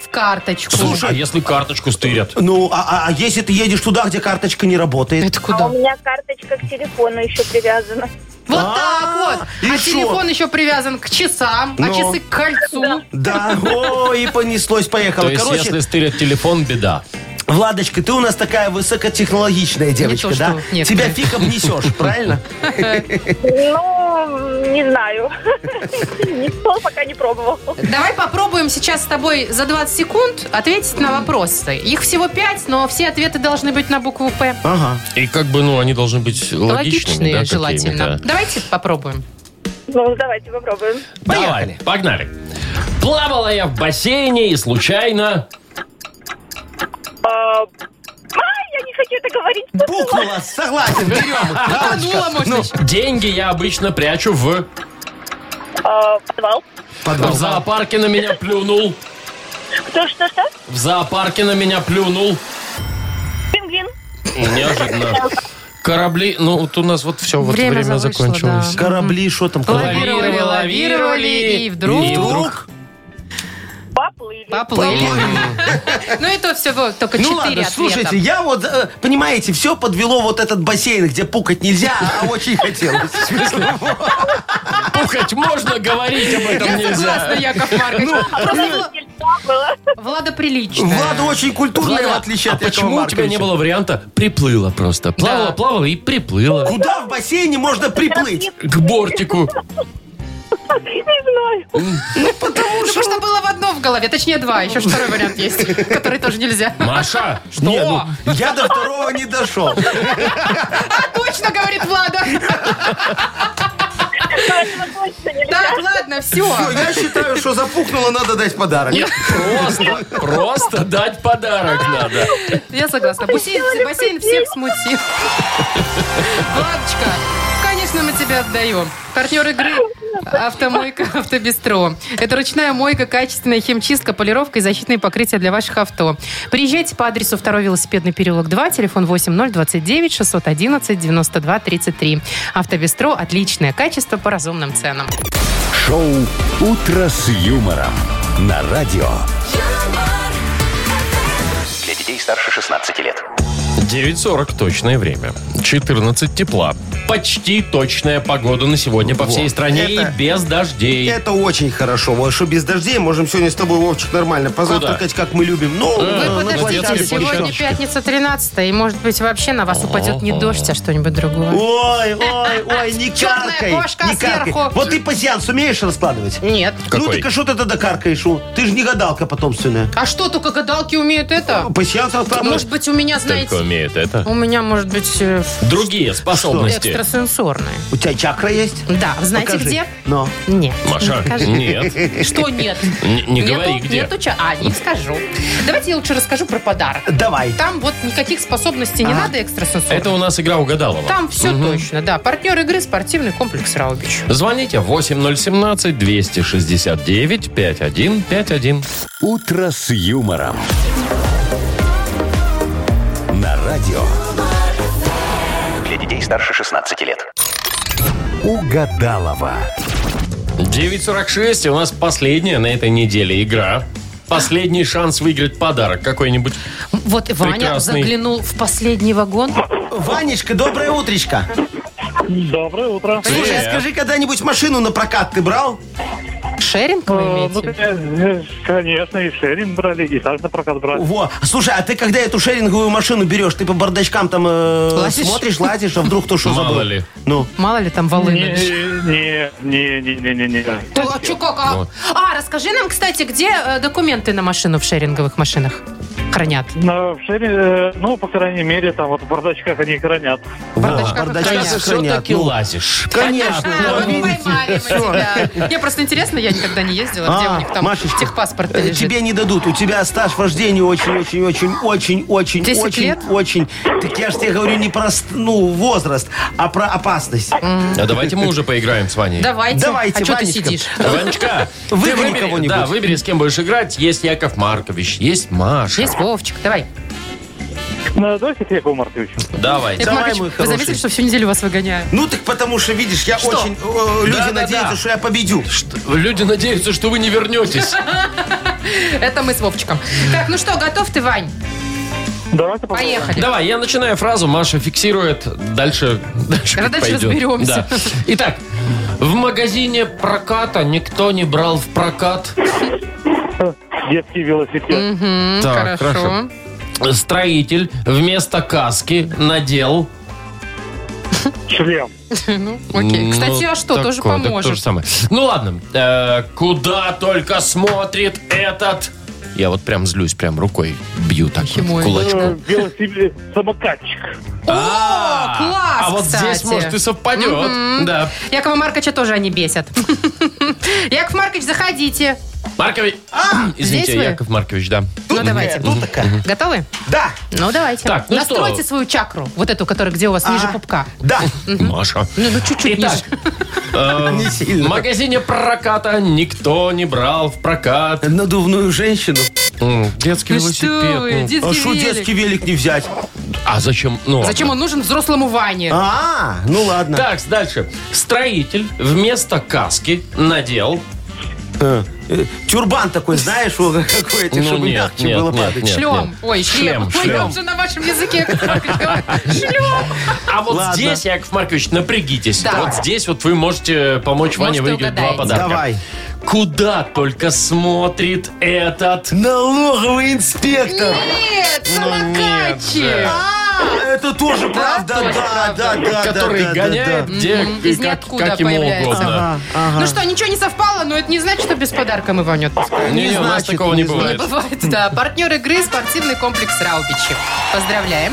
S3: В карточку.
S2: Слушай, а если карточку стырят?
S4: Ну, а, а- а если ты едешь туда, где карточка не работает?
S3: Это
S7: А
S3: куда?
S7: у меня карточка к телефону еще привязана.
S3: Вот
S4: А,
S3: так вот.
S4: и
S3: а
S4: шо?
S3: телефон еще привязан к часам, а
S4: Ну.
S3: часы к кольцу.
S4: Да, о, и понеслось, поехало.
S2: То есть,
S4: Короче,
S2: если стырят телефон, беда.
S4: Владочка, ты у нас такая высокотехнологичная девочка,
S3: то,
S4: да?
S3: что некоторые.
S4: Тебя фиг обнесешь, правильно?
S7: Ну, не знаю. Никто пока не пробовал.
S3: Давай попробуем сейчас с тобой за 20 секунд ответить на вопросы. Их всего 5, но все ответы должны быть на букву «П».
S4: Ага.
S2: И как бы, ну, они должны быть А, логичными. да,
S3: желательно.
S2: какими-то.
S3: Давайте попробуем.
S7: Ну, давайте попробуем.
S2: Давай, погнали. Плавала я в бассейне и случайно...
S7: А, а, я не хочу это говорить.
S4: Букнула, согласен, берем.
S3: Тонула, может, еще.
S2: Деньги я обычно прячу в...
S7: А, подвал.
S2: В зоопарке на меня плюнул.
S7: Кто что-что?
S2: В зоопарке на меня плюнул.
S7: Пингвин.
S2: Неожиданно. Корабли... Ну, вот у нас вот все, вот
S3: Время
S2: время,
S3: завышло,
S2: закончилось.
S4: Корабли, что там?
S3: Лавировали, лавировали, и вдруг-
S2: И вдруг...
S7: Ба, Поплыли.
S3: Поплыли. [laughs] Ну и то всего только
S4: Ну
S3: четыре
S4: ладно, слушайте,
S3: ответа.
S4: я вот, э, понимаете, все подвело вот этот бассейн, где пукать нельзя,
S2: [laughs]
S4: а очень хотелось. [laughs]
S2: Пухать можно, говорить об этом
S3: Согласна,
S2: нельзя. Ну,
S3: Яков Маркович. Просто Вла-
S7: Нельзя было.
S3: Влада приличная.
S4: Влада очень культурная,
S2: Влада,
S4: в отличие
S2: а
S4: от Якова
S2: почему у тебя не
S4: Марковича.
S2: было варианта «приплыла» просто? Плавала,
S3: Да.
S2: плавала и приплыла.
S4: Куда в бассейне можно приплыть?
S2: К бортику.
S7: Не знаю.
S3: Ну, потому что было в одно в голове, точнее два, еще ж второй вариант есть, который
S2: [laughs]
S3: тоже нельзя.
S2: Маша, что?
S4: Не,
S3: [laughs]
S4: ну, я до второго не дошел.
S3: А, точно, говорит Влада.
S7: Этого точно нельзя.
S3: Так, ладно, все.
S4: Всё, я считаю, что запухнуло, надо дать подарок.
S2: Нет, просто, просто дать подарок надо.
S3: Я согласна. Бассейн, бассейн всех смутил. Владочка, конечно, мы тебя отдаем. Партнер игры Автомойка Автобестро. Это ручная мойка, качественная химчистка, полировка и защитные покрытия для ваших авто. Приезжайте по адресу 2 велосипедный переулок 2, телефон 8029 611 92 33. Автобестро – отличное качество по разумным ценам.
S1: Шоу «Утро с юмором» на радио.
S5: Для детей старше 16 лет.
S2: 9.40 точное время. 14 тепла. Почти точная погода на сегодня по всей стране
S4: Это-
S2: и без дождей.
S4: Это очень хорошо. Вот что без дождей можем сегодня с тобой, Вовчик, нормально позавтракать, как мы любим. Ну,
S2: Э,
S4: на
S3: Вы
S2: детской
S3: подождите,
S4: площадке.
S3: сегодня
S2: площадке.
S3: пятница 13 и, может быть, вообще на вас упадет не дождь, а что-нибудь другое. [laughs]
S4: Ой, ой, ой, не
S3: Чёрная
S4: каркай.
S3: кошка
S4: не каркай.
S3: сверху.
S4: Вот ты пассианс умеешь раскладывать?
S3: Нет.
S2: Какой?
S4: Ну так а что ты тогда каркаешь? у? Ты же не гадалка потомственная.
S3: А что, только гадалки умеют это?
S4: Пассианс раскладывать?
S3: Может быть, у меня,
S2: Ну, а Только
S3: знаете,
S2: умеет это.
S3: у меня, может быть, э,
S2: Другие способности.
S3: экстрасенсорные.
S4: У тебя чакра есть?
S3: Да, знаете
S4: Покажи.
S3: где?
S4: Но.
S3: Нет.
S2: Маша,
S3: Покажи.
S2: нет.
S3: Что нет?
S2: Н- не говори,
S3: Нету-
S2: где.
S3: нету ча- А, не скажу. Давайте я лучше расскажу про подарок.
S4: Давай.
S3: Там вот никаких способностей не надо экстрасенсорных.
S2: Это у нас игра угадалова.
S3: Там все точно, да. Партнер игры спортивный комплекс Раубич.
S2: Звоните 8017-269-5151.
S1: «Утро с юмором» на радио.
S5: Для детей старше 16 лет.
S1: Угадалова.
S2: 9.46, и у нас последняя на этой неделе игра. Последний шанс выиграть подарок какой-нибудь.
S3: Вот Ваня
S2: Прекрасный.
S3: заглянул в последний вагон.
S4: Ванечка, доброе утречко.
S6: Доброе утро.
S4: Слушай, а
S2: Привет.
S4: скажи, когда-нибудь машину на прокат ты брал?
S3: Шеринг
S2: А,
S3: вы
S8: Ну,
S3: имеете? в виду?
S6: Конечно, и шеринг брали, и так на прокат брали.
S4: Во. Слушай, а ты когда эту шеринговую машину берешь, ты по бардачкам там э,
S3: Лазишь?
S4: смотришь, лазишь, а вдруг кто что
S2: Мало
S4: забыл?
S2: ли.
S4: Ну.
S3: Мало ли там волны.
S6: Не, не, не, не, не, не, не.
S3: Да, а чё, как, а? А, расскажи нам, кстати, где э, документы на машину в шеринговых машинах хранят?
S6: Но в шеринг, э, ну, по крайней мере, там вот в бардачках они хранят.
S4: В
S3: бардачках хранят.
S4: бардачках хранят.
S2: все-таки
S4: ну.
S2: лазишь.
S4: Конечно.
S3: А,
S4: ну,
S3: вы
S4: видите.
S3: поймали мы тебя. Я просто интересно, я никогда не ездила, где у них там
S4: Машечка,
S3: техпаспорт
S4: э,
S3: лежит.
S4: Тебе не дадут. У тебя стаж вождения очень-очень-очень-очень-очень-очень.
S3: 10
S4: очень,
S3: лет?
S4: Очень. Так я же тебе говорю не про ст- ну, возраст, а про опасность.
S2: А давайте мы уже поиграем с Ваней.
S3: Давайте.
S4: Давайте,
S3: а что ты
S4: Ванечка.
S3: сидишь?
S2: Ванечка, ты
S4: Выбери
S2: выбери-
S4: кого-нибудь.
S2: Да, выбери, с кем будешь играть. Есть Яков Маркович, есть Маша.
S3: Есть Вовчик, давай.
S6: Ну, Давайте к Якову Марковичу.
S2: Давай.
S3: Яков
S4: Давай,
S3: Маркович,
S4: мой
S3: вы
S4: хороший.
S3: заметили, что всю неделю вас выгоняют?
S4: Ну так потому что, видишь, я
S3: Что?
S4: очень... э, люди
S2: Да-да-да.
S4: надеются, что я победю.
S2: Люди надеются, что вы не вернетесь.
S3: Это мы с Вовчиком. Так, ну что, готов ты, Вань?
S6: Давайте попробуем.
S3: Поехали.
S2: Давай, я начинаю фразу, Маша фиксирует, дальше, дальше
S3: Дальше
S2: пойдет.
S3: разберемся.
S2: Да. Итак, в магазине проката никто не брал в прокат.
S6: Детский велосипед.
S3: М,
S2: Так,
S3: Хорошо.
S2: Строитель вместо каски надел.
S6: Шлем.
S3: Ну, окей.
S2: Ну,
S3: Кстати, а что, тоже
S2: такое, так то же
S3: поможет.
S2: самое. Ну ладно, Э, куда только смотрит этот... Я вот прям злюсь, прям рукой бью так
S3: Почему?
S2: вот, кулачком.
S6: Велосипед. Самокатчик.
S2: А,
S3: класс,
S2: А вот здесь,
S3: кстати.
S2: может, и совпадет. Да.
S3: Якова Марковича тоже они бесят. [laughs] Яков Маркович, заходите.
S2: Маркович... [clears throat] Извините,
S3: А, здесь вы?
S2: Яков Маркович, да.
S3: Ну, давайте.
S4: Тут такая.
S3: Готовы?
S4: Да,
S3: Ну, давайте.
S2: Так, ну
S3: Настройте
S2: что?
S3: свою чакру, вот эту, которая где у вас
S2: А.
S3: ниже пупка.
S4: да.
S2: Маша.
S3: Ну, ну, чуть-чуть
S2: Итак,
S3: ниже.
S2: э,
S4: Не
S2: в
S4: сильно.
S2: магазине проката никто не брал в прокат.
S4: Надувную женщину.
S2: М, Детский
S3: Ну что вы,
S2: [laughs] А велосипед.
S3: детский
S4: А что
S3: велик.
S4: детский велик не взять?
S2: ну. А зачем? Ну,
S3: Зачем он нужен взрослому Ване?
S4: А, ну ладно.
S2: Так, дальше. Строитель вместо каски надел
S4: Э, э, Тюрбан такой, знаешь, вот [laughs] какой-то,
S2: Ну,
S4: чтобы
S2: нет,
S4: мягче
S2: нет,
S4: было
S2: нет,
S4: падать.
S2: нет.
S3: Шлем. Ой, шлем.
S2: Шлем, шлем.
S3: Ой, он же на вашем языке.
S2: [laughs]
S3: как говорит. Шлем.
S2: А вот
S4: Ладно.
S2: здесь, Яков Маркович, напрягитесь.
S3: Да.
S2: Вот здесь вот вы можете помочь Ване
S3: Может,
S2: выиграть два
S3: угадаете.
S2: подарка.
S4: Давай.
S2: Куда только смотрит этот...
S4: Налоговый инспектор.
S3: Нет,
S2: Ну, нет же.
S3: самокатчик.
S4: А, это тоже правда,
S3: тоже
S4: да,
S3: правда.
S4: да, да, да.
S2: который
S4: да, да,
S2: гоняет
S4: да.
S2: где
S3: Мгм,
S2: и
S3: из
S2: как,
S3: ниоткуда
S2: как ему
S3: появляется.
S2: угодно.
S4: А, ага.
S3: Ну что, ничего не совпало, но это не значит, что без подарка мы вам не отпускаем.
S2: Не, не, у нас
S4: значит,
S2: такого не
S4: не
S2: бывает.
S3: Бывает, да. Партнер игры спортивный комплекс Раубичи. Поздравляем.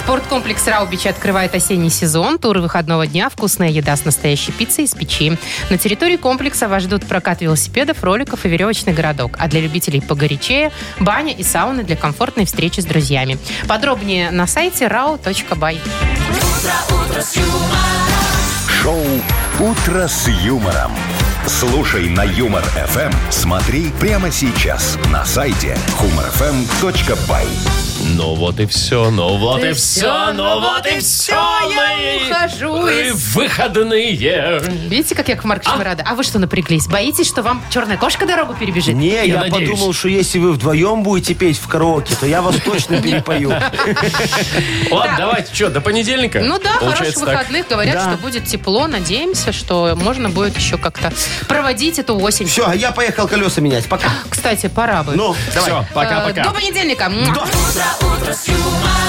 S3: Спорткомплекс Раубичи открывает осенний сезон. Туры выходного дня, вкусная еда с настоящей пиццей из печи. На территории комплекса вас ждут прокат велосипедов, роликов и веревочный городок. А для любителей погорячее – баня и сауны для комфортной встречи с друзьями. Подробнее на сайте rau.by.
S1: Шоу «Утро с юмором». Слушай на Юмор ФМ. Смотри прямо сейчас на сайте humorfm.by.
S2: Ну вот и все, ну вот и все, ну вот и все.
S3: я ухожу из...
S2: выходные.
S3: Видите, как я к Марковичу рада? А вы что напряглись? Боитесь, что вам черная кошка дорогу перебежит?
S4: Не, я,
S2: надеюсь.
S4: подумал, что если вы вдвоем будете петь в караоке, то я вас точно
S2: [laughs]
S4: перепою.
S2: Ладно, давайте, что, до понедельника?
S3: Ну да,
S2: Получается
S3: хороших выходных. Говорят,
S4: Да.
S3: что будет тепло. Надеемся, что можно будет еще как-то проводить эту осень.
S4: Все, а я поехал колеса менять. Пока.
S3: Кстати, пора бы.
S4: Ну,
S2: Так.
S4: давай.
S2: Все,
S3: Э,
S2: пока-пока.
S3: До понедельника. Муа.
S4: До.
S10: Утро, утро с юмором.